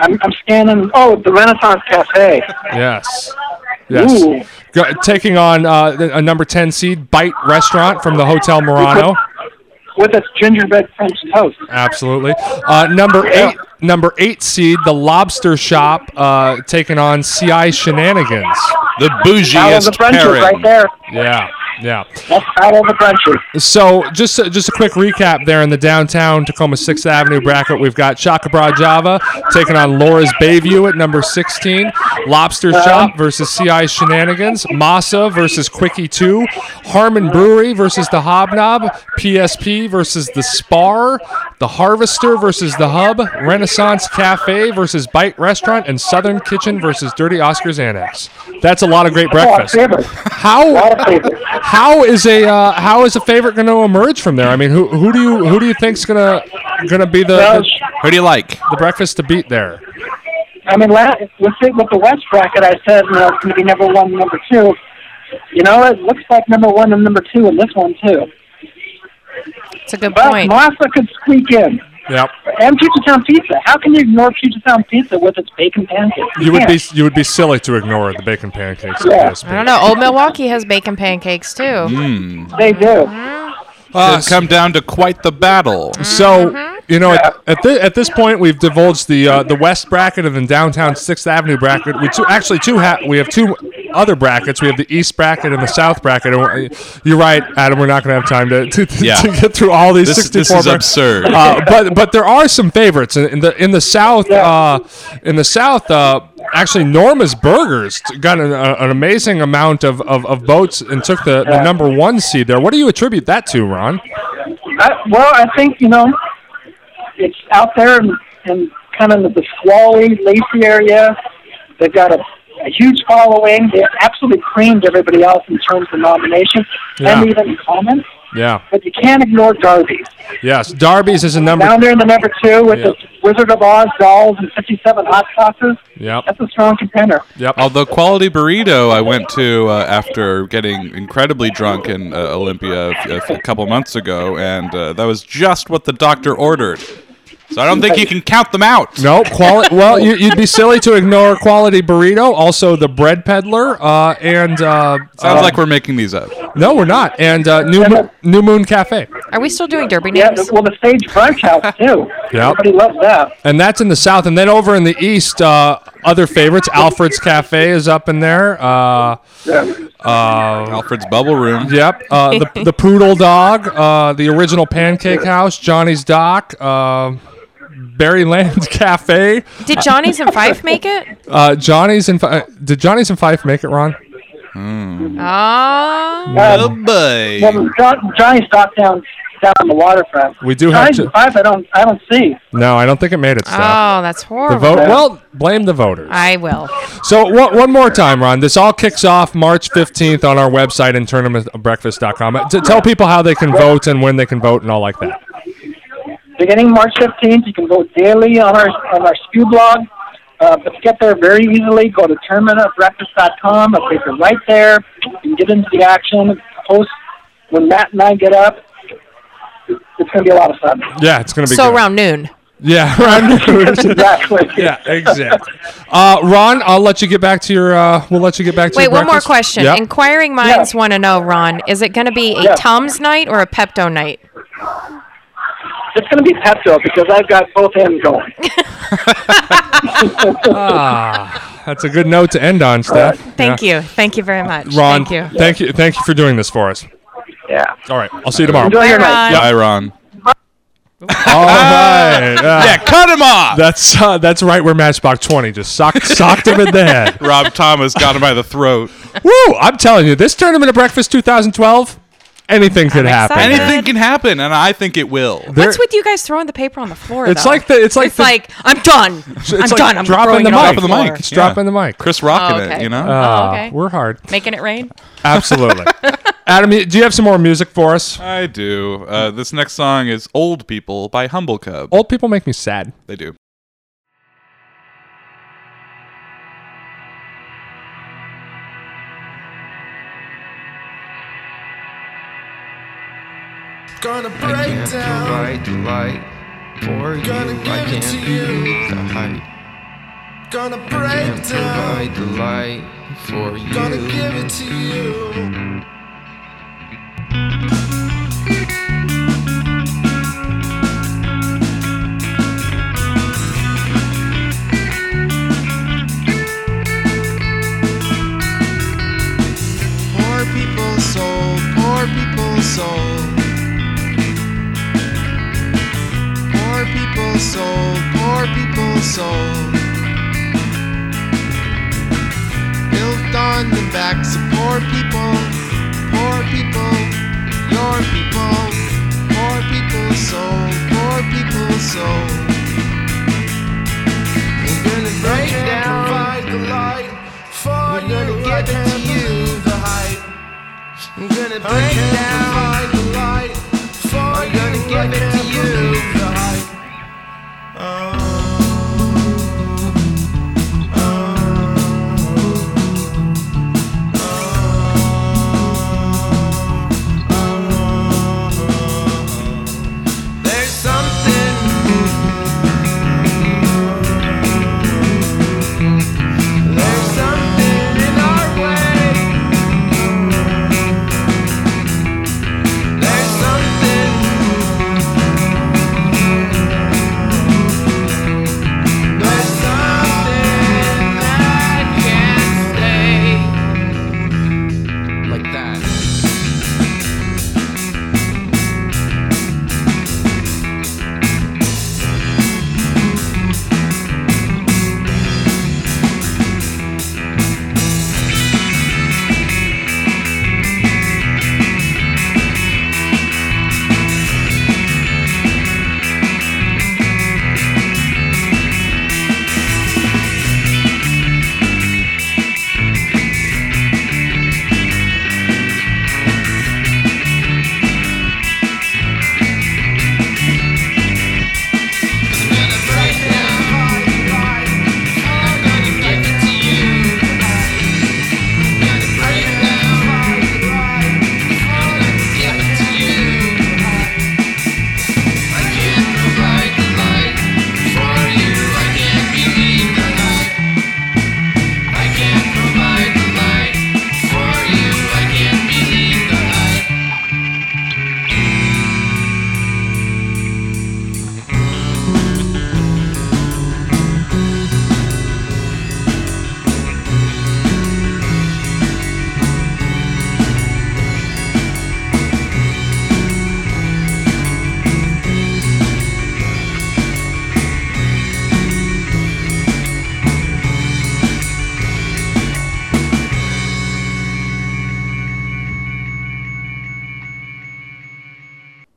Speaker 7: I'm, I'm scanning. Oh, the Renaissance Cafe.
Speaker 1: Yes, yes.
Speaker 7: Ooh.
Speaker 1: Go, taking on uh, the- a number ten seed, Bite Restaurant from the Hotel Murano.
Speaker 7: With its gingerbread French toast.
Speaker 1: Absolutely. Uh, number eight, number eight seed, the Lobster Shop, uh, taking on CI Shenanigans.
Speaker 2: The
Speaker 7: Battle of the
Speaker 2: bougiest
Speaker 7: Frenches right
Speaker 2: pairing.
Speaker 7: there.
Speaker 1: Yeah, yeah.
Speaker 7: That's Battle of the Frenches.
Speaker 1: So just just a quick recap there in the downtown Tacoma Sixth Avenue bracket, we've got Chakabra Java taking on Laura's Bayview at number 16, Lobster
Speaker 7: Uh-huh.
Speaker 1: Shop versus CI Shenanigans, Masa versus Quickie 2, Harmon Brewery versus the Hobnob, PSP versus the Spar, the Harvester versus the Hub, Renaissance Cafe versus Bite Restaurant, and Southern Kitchen versus Dirty Oscar's Annex. That's a lot of great breakfast.
Speaker 7: Oh, favorite.
Speaker 1: How how is a uh, how is a favorite going to emerge from there? I mean, who who do you who do you think's gonna gonna be the
Speaker 7: Well,
Speaker 1: the,
Speaker 2: Who do you like?
Speaker 1: the breakfast to beat there?
Speaker 7: I mean, la- with, the, with the West bracket, I said you know, it's going to be number one and number two. You know, it looks like number one and number two in this one, too.
Speaker 6: It's a good
Speaker 7: But
Speaker 6: point.
Speaker 7: Massa could squeak in.
Speaker 1: Yep.
Speaker 7: And Puget Sound Pizza. How can you ignore Puget Sound Pizza with its bacon pancakes?
Speaker 1: You would be
Speaker 7: can't.
Speaker 1: you would be silly to ignore the bacon pancakes.
Speaker 7: Yeah.
Speaker 1: Yes,
Speaker 6: I don't know. Old Milwaukee has bacon pancakes too.
Speaker 2: Mm.
Speaker 6: Hmm.
Speaker 7: They do.
Speaker 2: Ah, come down to quite the battle.
Speaker 1: So
Speaker 2: Mm-hmm.
Speaker 1: you know at at, thi- at this point we've divulged the uh, the West bracket and then downtown Sixth Avenue bracket. We two actually two ha- we have two other brackets. We have the East bracket and the South bracket. And we're- you're right, Adam. We're not going to have time to to, to-
Speaker 2: Yeah.
Speaker 1: to get through all these
Speaker 2: This- this
Speaker 1: 64.
Speaker 2: is
Speaker 1: bra-
Speaker 2: absurd.
Speaker 1: Uh, but but there are some favorites in, in the in the South. Uh, in the South, uh, actually, Norma's Burgers got an, uh, an amazing amount of, of, of votes and took the, the number one seed there. What do you attribute that to, Ron?
Speaker 7: I, well, I think you know, it's out there and, and kind of the Flawley, Lacey area. They've got a, a huge following. They absolutely creamed everybody else in terms of nominations
Speaker 1: Yeah.
Speaker 7: and even comments.
Speaker 1: Yeah.
Speaker 7: But you can't ignore Darby's.
Speaker 1: Yes. Darby's is a number.
Speaker 7: Down there in the number two with
Speaker 1: Yep.
Speaker 7: the Wizard of Oz dolls and 57 hot sauces.
Speaker 1: Yep.
Speaker 7: That's a strong contender.
Speaker 1: Yep.
Speaker 2: Although Quality Burrito, I went to uh, after getting incredibly drunk in uh, Olympia a, a couple months ago, and uh, that was just what the doctor ordered. So I don't think you can count them out.
Speaker 1: No quality. Well, you, you'd be silly to ignore quality burrito. Also, the bread peddler, uh, and uh,
Speaker 2: Sounds
Speaker 1: uh,
Speaker 2: like we're making these up.
Speaker 1: no, we're not. And uh, new Mo- New Moon Cafe,
Speaker 6: Are we still doing Derby
Speaker 7: Yeah,
Speaker 6: names?
Speaker 7: well, the Sage Brunch
Speaker 6: [LAUGHS]
Speaker 7: House, too.
Speaker 1: Yep.
Speaker 7: Everybody loves that.
Speaker 1: and that's in the south. And then over in the east, uh, other favorites. Alfred's Cafe is up in there. Uh,
Speaker 2: Alfred's Bubble Room.
Speaker 1: yep. Uh,
Speaker 6: [LAUGHS]
Speaker 1: the, the poodle dog. Uh, the original Pancake House. Johnny's Dock. Uh, Barry Land [LAUGHS] Cafe.
Speaker 6: Did Johnny's and Fife make it?
Speaker 1: Uh, Johnny's and Fi- did Johnny's and Fife make it, Ron?
Speaker 6: Oh,
Speaker 2: Oh boy.
Speaker 7: Um, Well, John, Johnny stopped down down on the waterfront.
Speaker 1: We do have
Speaker 7: Johnny's
Speaker 1: to-
Speaker 7: in Five, I don't, I don't see.
Speaker 1: No, I don't think it made it. Steph.
Speaker 6: oh, that's
Speaker 1: the
Speaker 6: horrible.
Speaker 1: vote. Well, blame the voters.
Speaker 6: I will.
Speaker 1: So one, one more time, Ron. This all kicks off March 15th on our website and tournamentbreakfast.com. To tell people how they can vote and when they can vote and all like that.
Speaker 7: Beginning March 15th, you can vote daily on our on our SKU blog. Uh, but to get there very easily, go to terminalbreakfast.com. I'll take you right there. You can get into the action. Post when Matt and I get up. It's going to be a lot of fun.
Speaker 1: Yeah, it's going to be
Speaker 6: So
Speaker 1: good.
Speaker 6: around noon.
Speaker 1: Yeah, [LAUGHS] around.
Speaker 7: Exactly.
Speaker 1: yeah, exactly. Uh, Ron, I'll let you get back to your. Uh, we'll let you get back to.
Speaker 6: Wait,
Speaker 1: your
Speaker 6: one more
Speaker 1: breakfast.
Speaker 6: question.
Speaker 1: Yep.
Speaker 6: Inquiring minds want to know, Ron, is it going to be a
Speaker 7: Yeah.
Speaker 6: Tom's night or a Pepto night?
Speaker 7: It's going to be Pepto because I've got both ends going.
Speaker 1: Ah. That's a good note to end on, Steph.
Speaker 6: Thank you. Thank you very much.
Speaker 1: Ron.
Speaker 6: Thank you.
Speaker 1: Thank you. Thank you for doing this for us.
Speaker 7: Yeah.
Speaker 1: All right, I'll see you tomorrow.
Speaker 7: Enjoy
Speaker 6: Bye,
Speaker 7: your
Speaker 6: Ron.
Speaker 7: night.
Speaker 2: Bye, Ron.
Speaker 6: [LAUGHS]
Speaker 1: All right. Uh,
Speaker 2: Yeah, cut him off.
Speaker 1: That's uh, that's right where Matchbox Twenty just socked [LAUGHS] socked him in the
Speaker 6: [LAUGHS]
Speaker 2: [LAUGHS]
Speaker 1: head.
Speaker 2: Rob Thomas got him by the throat.
Speaker 1: Woo! I'm telling you, this tournament of breakfast 2012, anything could happen.
Speaker 6: excited.
Speaker 2: Anything can happen, and I think it will.
Speaker 1: There-
Speaker 6: What's with you guys throwing the paper on the floor?
Speaker 1: It's
Speaker 6: though?
Speaker 1: like the- it's like the-
Speaker 6: I'm done. I'm
Speaker 1: it's like
Speaker 6: done. I'm
Speaker 1: dropping
Speaker 6: throwing
Speaker 1: the
Speaker 6: it on
Speaker 1: mic.
Speaker 2: Top of the
Speaker 6: floor.
Speaker 2: mic.
Speaker 1: It's
Speaker 2: Yeah.
Speaker 1: dropping the mic.
Speaker 2: Chris rocking
Speaker 6: Oh, okay.
Speaker 2: it, you know?
Speaker 1: Uh,
Speaker 6: okay.
Speaker 1: We're hard.
Speaker 6: Making it rain.
Speaker 1: Absolutely. Adam, you- do you have some more music for us?
Speaker 2: I do. Uh, this next song is Old People by Humble Cub.
Speaker 1: Old people make me sad.
Speaker 2: They do.
Speaker 11: Gonna break
Speaker 8: I can't
Speaker 11: down.
Speaker 8: provide the light for you.
Speaker 11: Gonna
Speaker 8: I
Speaker 11: give
Speaker 8: can't
Speaker 11: it to
Speaker 8: be
Speaker 11: you.
Speaker 8: beneath the height.
Speaker 11: Gonna
Speaker 8: Can't
Speaker 11: break
Speaker 8: provide
Speaker 11: down.
Speaker 8: the light for you.
Speaker 11: Gonna give it to you.
Speaker 8: Poor people's soul, poor people's soul. Poor people's soul, poor people's soul. Built on the backs of poor people, poor people, your people. Poor people's soul, poor people's soul. We're gonna break down.
Speaker 11: Provide the light for
Speaker 8: We're gonna
Speaker 11: you.
Speaker 8: give
Speaker 11: I
Speaker 8: it
Speaker 11: can't
Speaker 8: to you.
Speaker 11: believe the hype.
Speaker 8: I'm gonna
Speaker 11: I
Speaker 8: break
Speaker 11: can't
Speaker 8: down.
Speaker 11: provide the light for
Speaker 8: I'm
Speaker 11: you.
Speaker 8: gonna
Speaker 11: I
Speaker 8: give it
Speaker 11: can't
Speaker 8: to you.
Speaker 11: believe the hype. Oh. Oh. Oh. There's something There's something in our way there's something.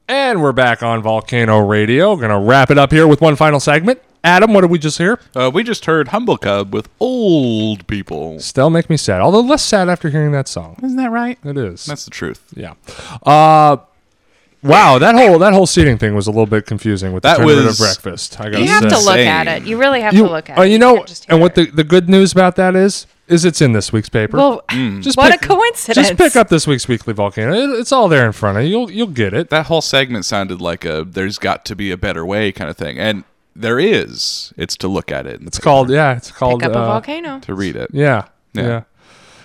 Speaker 1: we're back on Volcano Radio. Gonna wrap it up here with one final segment. Adam, what did we just hear?
Speaker 2: Uh, we just heard Humble Cub with old people.
Speaker 1: Still make me sad. Although less sad after hearing that song.
Speaker 2: Isn't that right?
Speaker 1: It is.
Speaker 2: That's the truth.
Speaker 1: yeah. Uh, wow, that whole that whole seating thing was a little bit confusing with
Speaker 2: That
Speaker 1: the tournament
Speaker 2: was
Speaker 1: of breakfast. I gotta
Speaker 6: You have to
Speaker 1: say.
Speaker 6: look at
Speaker 2: Insane.
Speaker 6: it. You really have
Speaker 1: You,
Speaker 6: to look at
Speaker 1: uh,
Speaker 6: it.
Speaker 1: you know,
Speaker 6: can't just hear
Speaker 1: and what
Speaker 6: it.
Speaker 1: the, the good news about that is, is it's in this week's paper. Mm.
Speaker 6: well,
Speaker 1: just
Speaker 6: what
Speaker 1: pick-
Speaker 6: a coincidence! [LAUGHS]
Speaker 1: just pick up this week's weekly volcano. It, it's all there in front of you. You'll you'll get it.
Speaker 2: That whole segment sounded like a "there's got to be a better way" kind of thing, and there is. It's to look at it.
Speaker 1: It's called yeah. It's called
Speaker 6: Pick up a
Speaker 1: uh,
Speaker 6: volcano.
Speaker 2: to read it.
Speaker 1: Yeah, yeah.
Speaker 2: Yeah.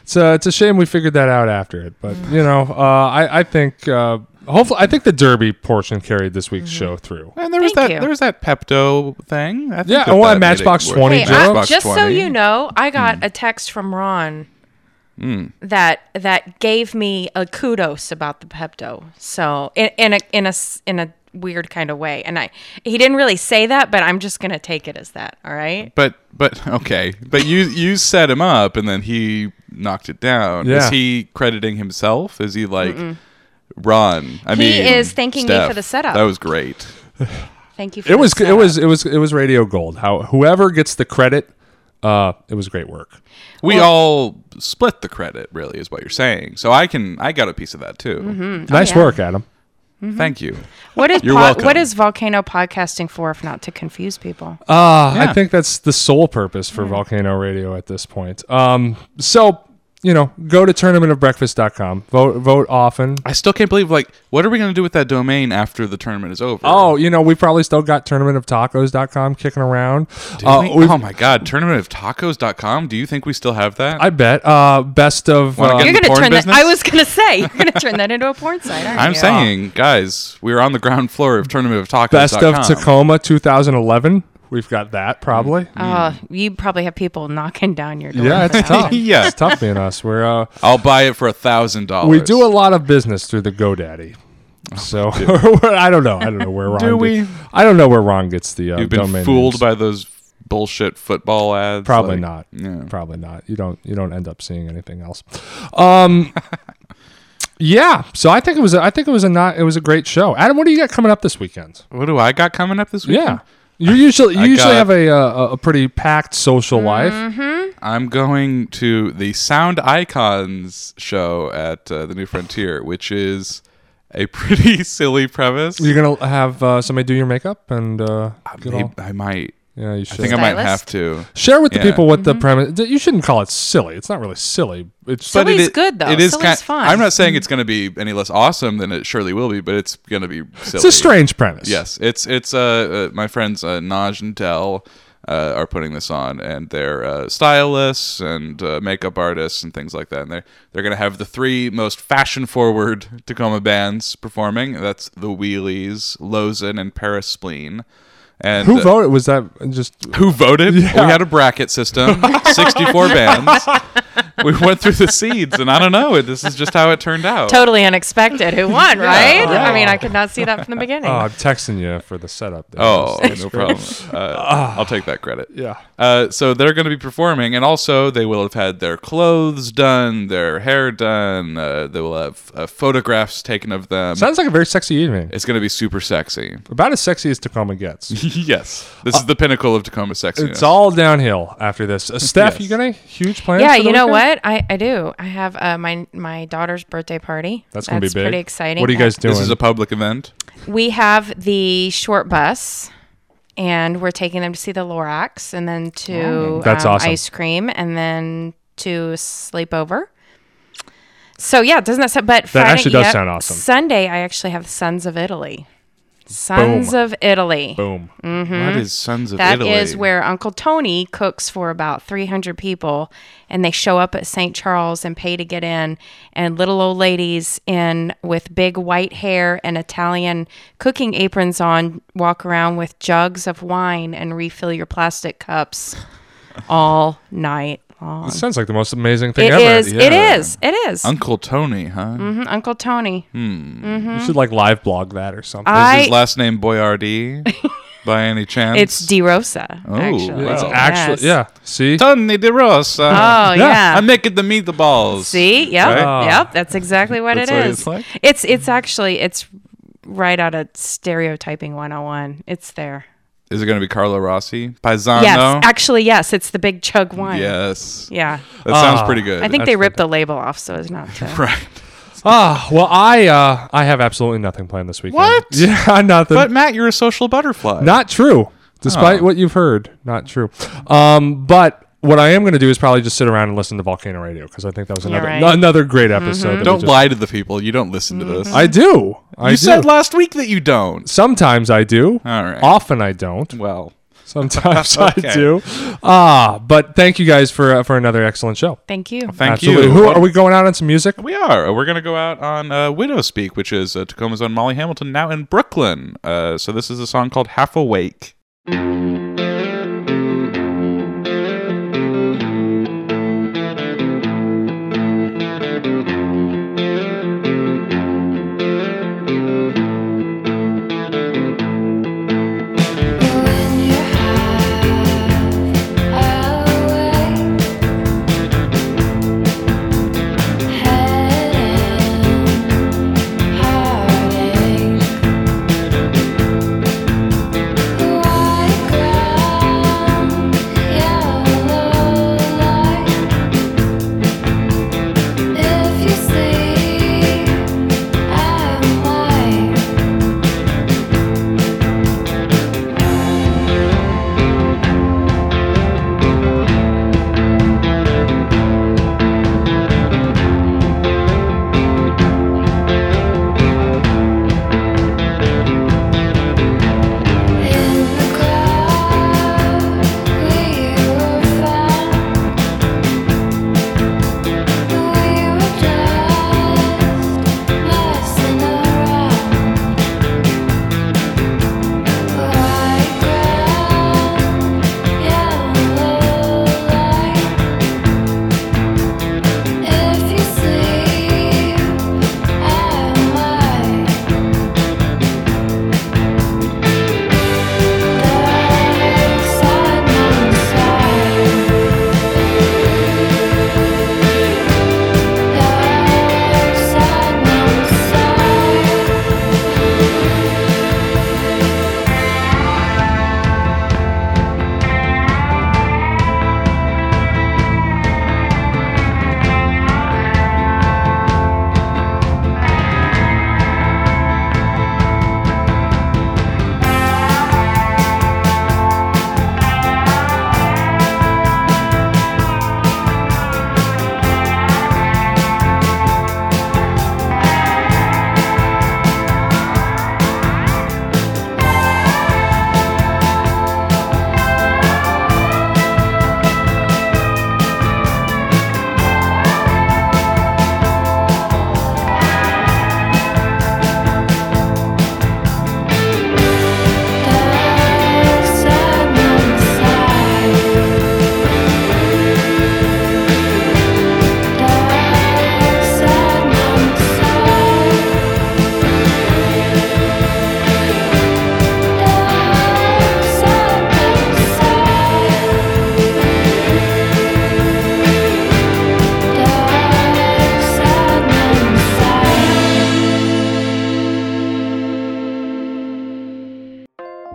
Speaker 1: It's a it's a shame we figured that out after it, but you know, uh, I I think uh, hopefully I think the Derby portion carried this
Speaker 6: Mm-hmm.
Speaker 1: week's show through.
Speaker 2: And there was
Speaker 6: Thank
Speaker 2: that.
Speaker 6: you.
Speaker 2: There was that Pepto thing. I think
Speaker 1: Yeah,
Speaker 2: that
Speaker 1: I
Speaker 2: that
Speaker 1: want
Speaker 2: made
Speaker 1: Matchbox
Speaker 2: it work.
Speaker 1: 20
Speaker 6: Hey,
Speaker 1: Joe?
Speaker 6: I, uh,
Speaker 1: Matchbox
Speaker 6: just so you know, I got
Speaker 1: Mm.
Speaker 6: a text from Ron
Speaker 2: Hmm.
Speaker 6: that that gave me a kudos about the Pepto. So in, in a in a s- in a weird kind of way, and I he didn't really say that, but I'm just gonna take it as that. All right.
Speaker 2: But but okay. But you you set him up, and then he knocked it down.
Speaker 1: Yeah.
Speaker 2: Is he crediting himself? Is he like Ron? I
Speaker 6: He
Speaker 2: mean,
Speaker 6: is thanking me
Speaker 2: Steph,
Speaker 6: for the setup.
Speaker 2: That was great.
Speaker 6: Thank you. For
Speaker 1: It was
Speaker 6: the
Speaker 1: it was it was it was radio gold. How whoever gets the credit, uh, it was great work.
Speaker 2: We all split the credit, really, is what you're saying. So I can I got a piece of that too.
Speaker 1: nice
Speaker 6: oh, yeah.
Speaker 1: work, Adam. Mm-hmm.
Speaker 2: Thank you.
Speaker 6: setup. Mm-hmm. What is
Speaker 2: You're
Speaker 6: pod,
Speaker 2: welcome.
Speaker 6: what is volcano podcasting for if not to confuse people?
Speaker 1: Uh, I
Speaker 2: Yeah.
Speaker 1: think that's the sole purpose for
Speaker 6: Hmm.
Speaker 1: Volcano Radio at this point. Um, so you know, go to tournamentofbreakfast.com. Vote vote often.
Speaker 2: I still can't believe like what are we gonna do with that domain after the tournament is over?
Speaker 1: Oh, you know, we probably still got tournamentofTacos.com kicking around. Uh,
Speaker 2: Wait,
Speaker 1: we've-
Speaker 2: oh my god, tournamentofTacos.com. Do you think we still have that?
Speaker 1: I bet. Uh, best of.
Speaker 2: Wanna
Speaker 1: uh,
Speaker 2: get
Speaker 6: You're
Speaker 2: in the
Speaker 6: gonna
Speaker 2: porn
Speaker 6: turn
Speaker 2: business?
Speaker 6: that. I was gonna say you're gonna turn that into a porn site. Aren't
Speaker 2: I'm
Speaker 6: you?
Speaker 2: saying, guys, we are on the ground floor of tournament of tacos.
Speaker 1: Best of Tacoma 2011. We've got that probably.
Speaker 6: Oh, you probably have people knocking down your door.
Speaker 1: yeah,
Speaker 6: for [LAUGHS]
Speaker 1: it's
Speaker 6: that
Speaker 2: [LAUGHS]
Speaker 1: tough.
Speaker 6: one.
Speaker 2: Yeah.
Speaker 1: it's tough being us. We're uh,
Speaker 2: I'll buy it for a thousand Mm. dollars. Oh,
Speaker 1: we do a lot of business through the GoDaddy. So [LAUGHS] I don't know. I don't know where Ron.
Speaker 2: [LAUGHS] Do we?
Speaker 1: I don't know where Ron gets the. Uh,
Speaker 2: You've been
Speaker 1: domain
Speaker 2: fooled
Speaker 1: names.
Speaker 2: by those bullshit football ads.
Speaker 1: Probably
Speaker 2: like-
Speaker 1: not.
Speaker 2: Yeah.
Speaker 1: Probably not. You don't. You don't end up seeing anything else.
Speaker 2: [LAUGHS]
Speaker 1: Um. yeah. So I think it was. a- I think it was a not. It was a great show. Adam, what do you got coming up this weekend?
Speaker 2: What do I got coming up this week?
Speaker 1: Yeah. You usually you
Speaker 2: I
Speaker 1: usually
Speaker 2: got- Mm-hmm.
Speaker 1: have a, uh, a a pretty packed social life.
Speaker 2: I'm going to the Sound Icons show at uh, the New Frontier, which is a [LAUGHS] pretty silly premise.
Speaker 1: You're gonna have uh, somebody do your makeup and uh, get
Speaker 2: Maybe-
Speaker 1: all-
Speaker 2: I might.
Speaker 1: yeah. You
Speaker 2: Ah, I
Speaker 1: should
Speaker 2: think I might
Speaker 6: Stylist?
Speaker 2: have to.
Speaker 1: share with the
Speaker 2: yeah.
Speaker 1: people what
Speaker 6: Mm-hmm.
Speaker 1: the premise. You shouldn't call it silly. It's not really silly. It's
Speaker 6: Silly-
Speaker 2: it
Speaker 6: Silly's
Speaker 2: i-
Speaker 6: good, though.
Speaker 2: It is
Speaker 6: Silly's
Speaker 2: kind.
Speaker 6: fun.
Speaker 2: I'm not saying it's going to be any less awesome than it surely will be, but it's going to be. Silly.
Speaker 1: it's a strange premise.
Speaker 2: Yes, it's it's uh, uh my friends uh, Naj and Dell uh, are putting this on, and they're uh, stylists and uh, makeup artists and things like that. And they are they're gonna have the three most fashion forward [LAUGHS] Tacoma bands performing. That's the Wheelies, Lozen, and Paris Spleen. And
Speaker 1: Who
Speaker 2: uh,
Speaker 1: voted? Was that just?
Speaker 2: who voted. We had a bracket
Speaker 1: [LAUGHS]
Speaker 2: system, 64 bands. We went through the seeds, and I don't know. it- This is just how it turned out.
Speaker 6: totally unexpected who won, right? I mean, I could not see that from
Speaker 1: [LAUGHS]
Speaker 6: the beginning.
Speaker 1: Oh, I'm texting you for the setup. There.
Speaker 2: Oh,
Speaker 1: That's- Ah,
Speaker 2: no problem. Uh, I'll take that credit.
Speaker 1: Yeah.
Speaker 2: Uh, so they're going to be performing, and also they will have had their clothes done, their hair done. Uh, they will have uh, photographs taken of them.
Speaker 1: Sounds like a very sexy evening.
Speaker 2: it's going to be super sexy.
Speaker 1: About as sexy as Tacoma gets.
Speaker 2: [LAUGHS]
Speaker 1: Uh,
Speaker 2: yes, this is the pinnacle of Tacoma sexiness.
Speaker 1: It's all downhill after this. Uh, Steph, you got any huge plans?
Speaker 6: yeah,
Speaker 1: for the
Speaker 6: you know what?
Speaker 1: weekend?
Speaker 6: I, I do. I have uh, my my daughter's birthday party.
Speaker 1: That's gonna be big.
Speaker 6: pretty exciting.
Speaker 1: What are you guys
Speaker 6: Uh,
Speaker 1: doing?
Speaker 2: This is a public event.
Speaker 6: We have the short bus, and we're taking them to see the Lorax, and then to
Speaker 1: That's
Speaker 6: um,
Speaker 1: awesome.
Speaker 6: ice cream, and then to sleepover. So yeah, doesn't that sound? But that Friday,
Speaker 1: actually does
Speaker 6: yep,
Speaker 1: sound awesome.
Speaker 6: Sunday, I actually have Sons of Italy. Sons of Italy. Mm-hmm.
Speaker 1: boom.
Speaker 2: What is Sons of
Speaker 6: That is
Speaker 2: Italy?
Speaker 6: where Uncle Tony cooks for about 300 people, and they show up at St. Charles and pay to get in. And little old ladies in with big white hair and Italian cooking aprons on walk around with jugs of wine and refill your plastic
Speaker 1: [LAUGHS]
Speaker 6: cups all night long.
Speaker 1: Sounds like the most amazing thing
Speaker 6: It
Speaker 1: ever.
Speaker 6: is, it
Speaker 2: yeah.
Speaker 6: is. It is.
Speaker 2: Uncle Tony, huh?
Speaker 6: Mhm, Uncle Tony.
Speaker 1: Hmm.
Speaker 6: Mm-hmm.
Speaker 1: You should like live blog that or something.
Speaker 2: Hmm. Is
Speaker 6: I.
Speaker 2: his last
Speaker 6: [LAUGHS]
Speaker 2: name Boyardee by any chance?
Speaker 6: it's De Rosa.
Speaker 2: Oh,
Speaker 6: actually.
Speaker 2: wow.
Speaker 1: it's
Speaker 2: Oh,
Speaker 1: actually
Speaker 6: Yes.
Speaker 1: yeah. See,
Speaker 2: Tony De Rosa.
Speaker 6: Oh yeah.
Speaker 2: I'm making the meatballs.
Speaker 6: See, yep,
Speaker 1: Right?
Speaker 2: Ah.
Speaker 6: yep, that's exactly what
Speaker 2: That's
Speaker 6: it
Speaker 2: what
Speaker 6: is.
Speaker 2: it's like?
Speaker 6: It's it's actually it's right out of stereotyping 101. It's there.
Speaker 2: Is it going to be Carlo Rossi? Paisano?
Speaker 6: yes, actually, yes. It's the big chug wine.
Speaker 2: Uh, Yes.
Speaker 6: Yeah.
Speaker 2: That sounds
Speaker 1: Ah.
Speaker 2: pretty good.
Speaker 6: I think they ripped the label off, so it's not. To,
Speaker 2: right.
Speaker 1: Ah, well, I uh, I have absolutely nothing planned this weekend.
Speaker 2: What?
Speaker 1: [LAUGHS] Yeah, nothing.
Speaker 2: But Matt, you're a social butterfly.
Speaker 1: Not true. Despite
Speaker 2: Oh.
Speaker 1: what you've heard, not true. Um, but what I am going to do is probably just sit around and listen to Volcano Radio because I think that was
Speaker 6: You're
Speaker 1: another
Speaker 6: right. Mm-hmm.
Speaker 1: another great episode. that we
Speaker 2: Don't
Speaker 1: just-
Speaker 2: lie to the people. You don't listen to this.
Speaker 1: [LAUGHS] I do. I
Speaker 2: you
Speaker 1: do.
Speaker 2: said last week that you don't.
Speaker 1: Sometimes I do.
Speaker 2: All right.
Speaker 1: Often I don't.
Speaker 2: Well, [LAUGHS]
Speaker 1: Sometimes I
Speaker 2: Okay.
Speaker 1: do. Ah, but thank you guys for uh, for another excellent show.
Speaker 6: thank you.
Speaker 2: thank
Speaker 1: Absolutely.
Speaker 2: you.
Speaker 1: Who are we going out on some music?
Speaker 2: We are. Uh, We're going to go out on uh, Widow Speak, which is uh, Tacoma's own Molly Hamilton, now in Brooklyn. Uh, so this is a song called Half Awake.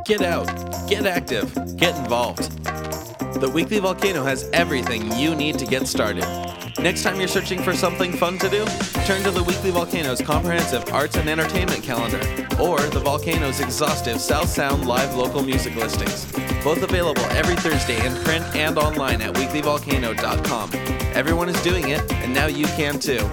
Speaker 4: Get out, get active, get involved. The Weekly Volcano has everything you need to get started. Next time you're searching for something fun to do, turn to the Weekly Volcano's comprehensive arts and entertainment calendar or the Volcano's exhaustive South Sound live local music listings. Both available every Thursday in print and online at weeklyvolcano.com. Everyone is doing it, and now you can too.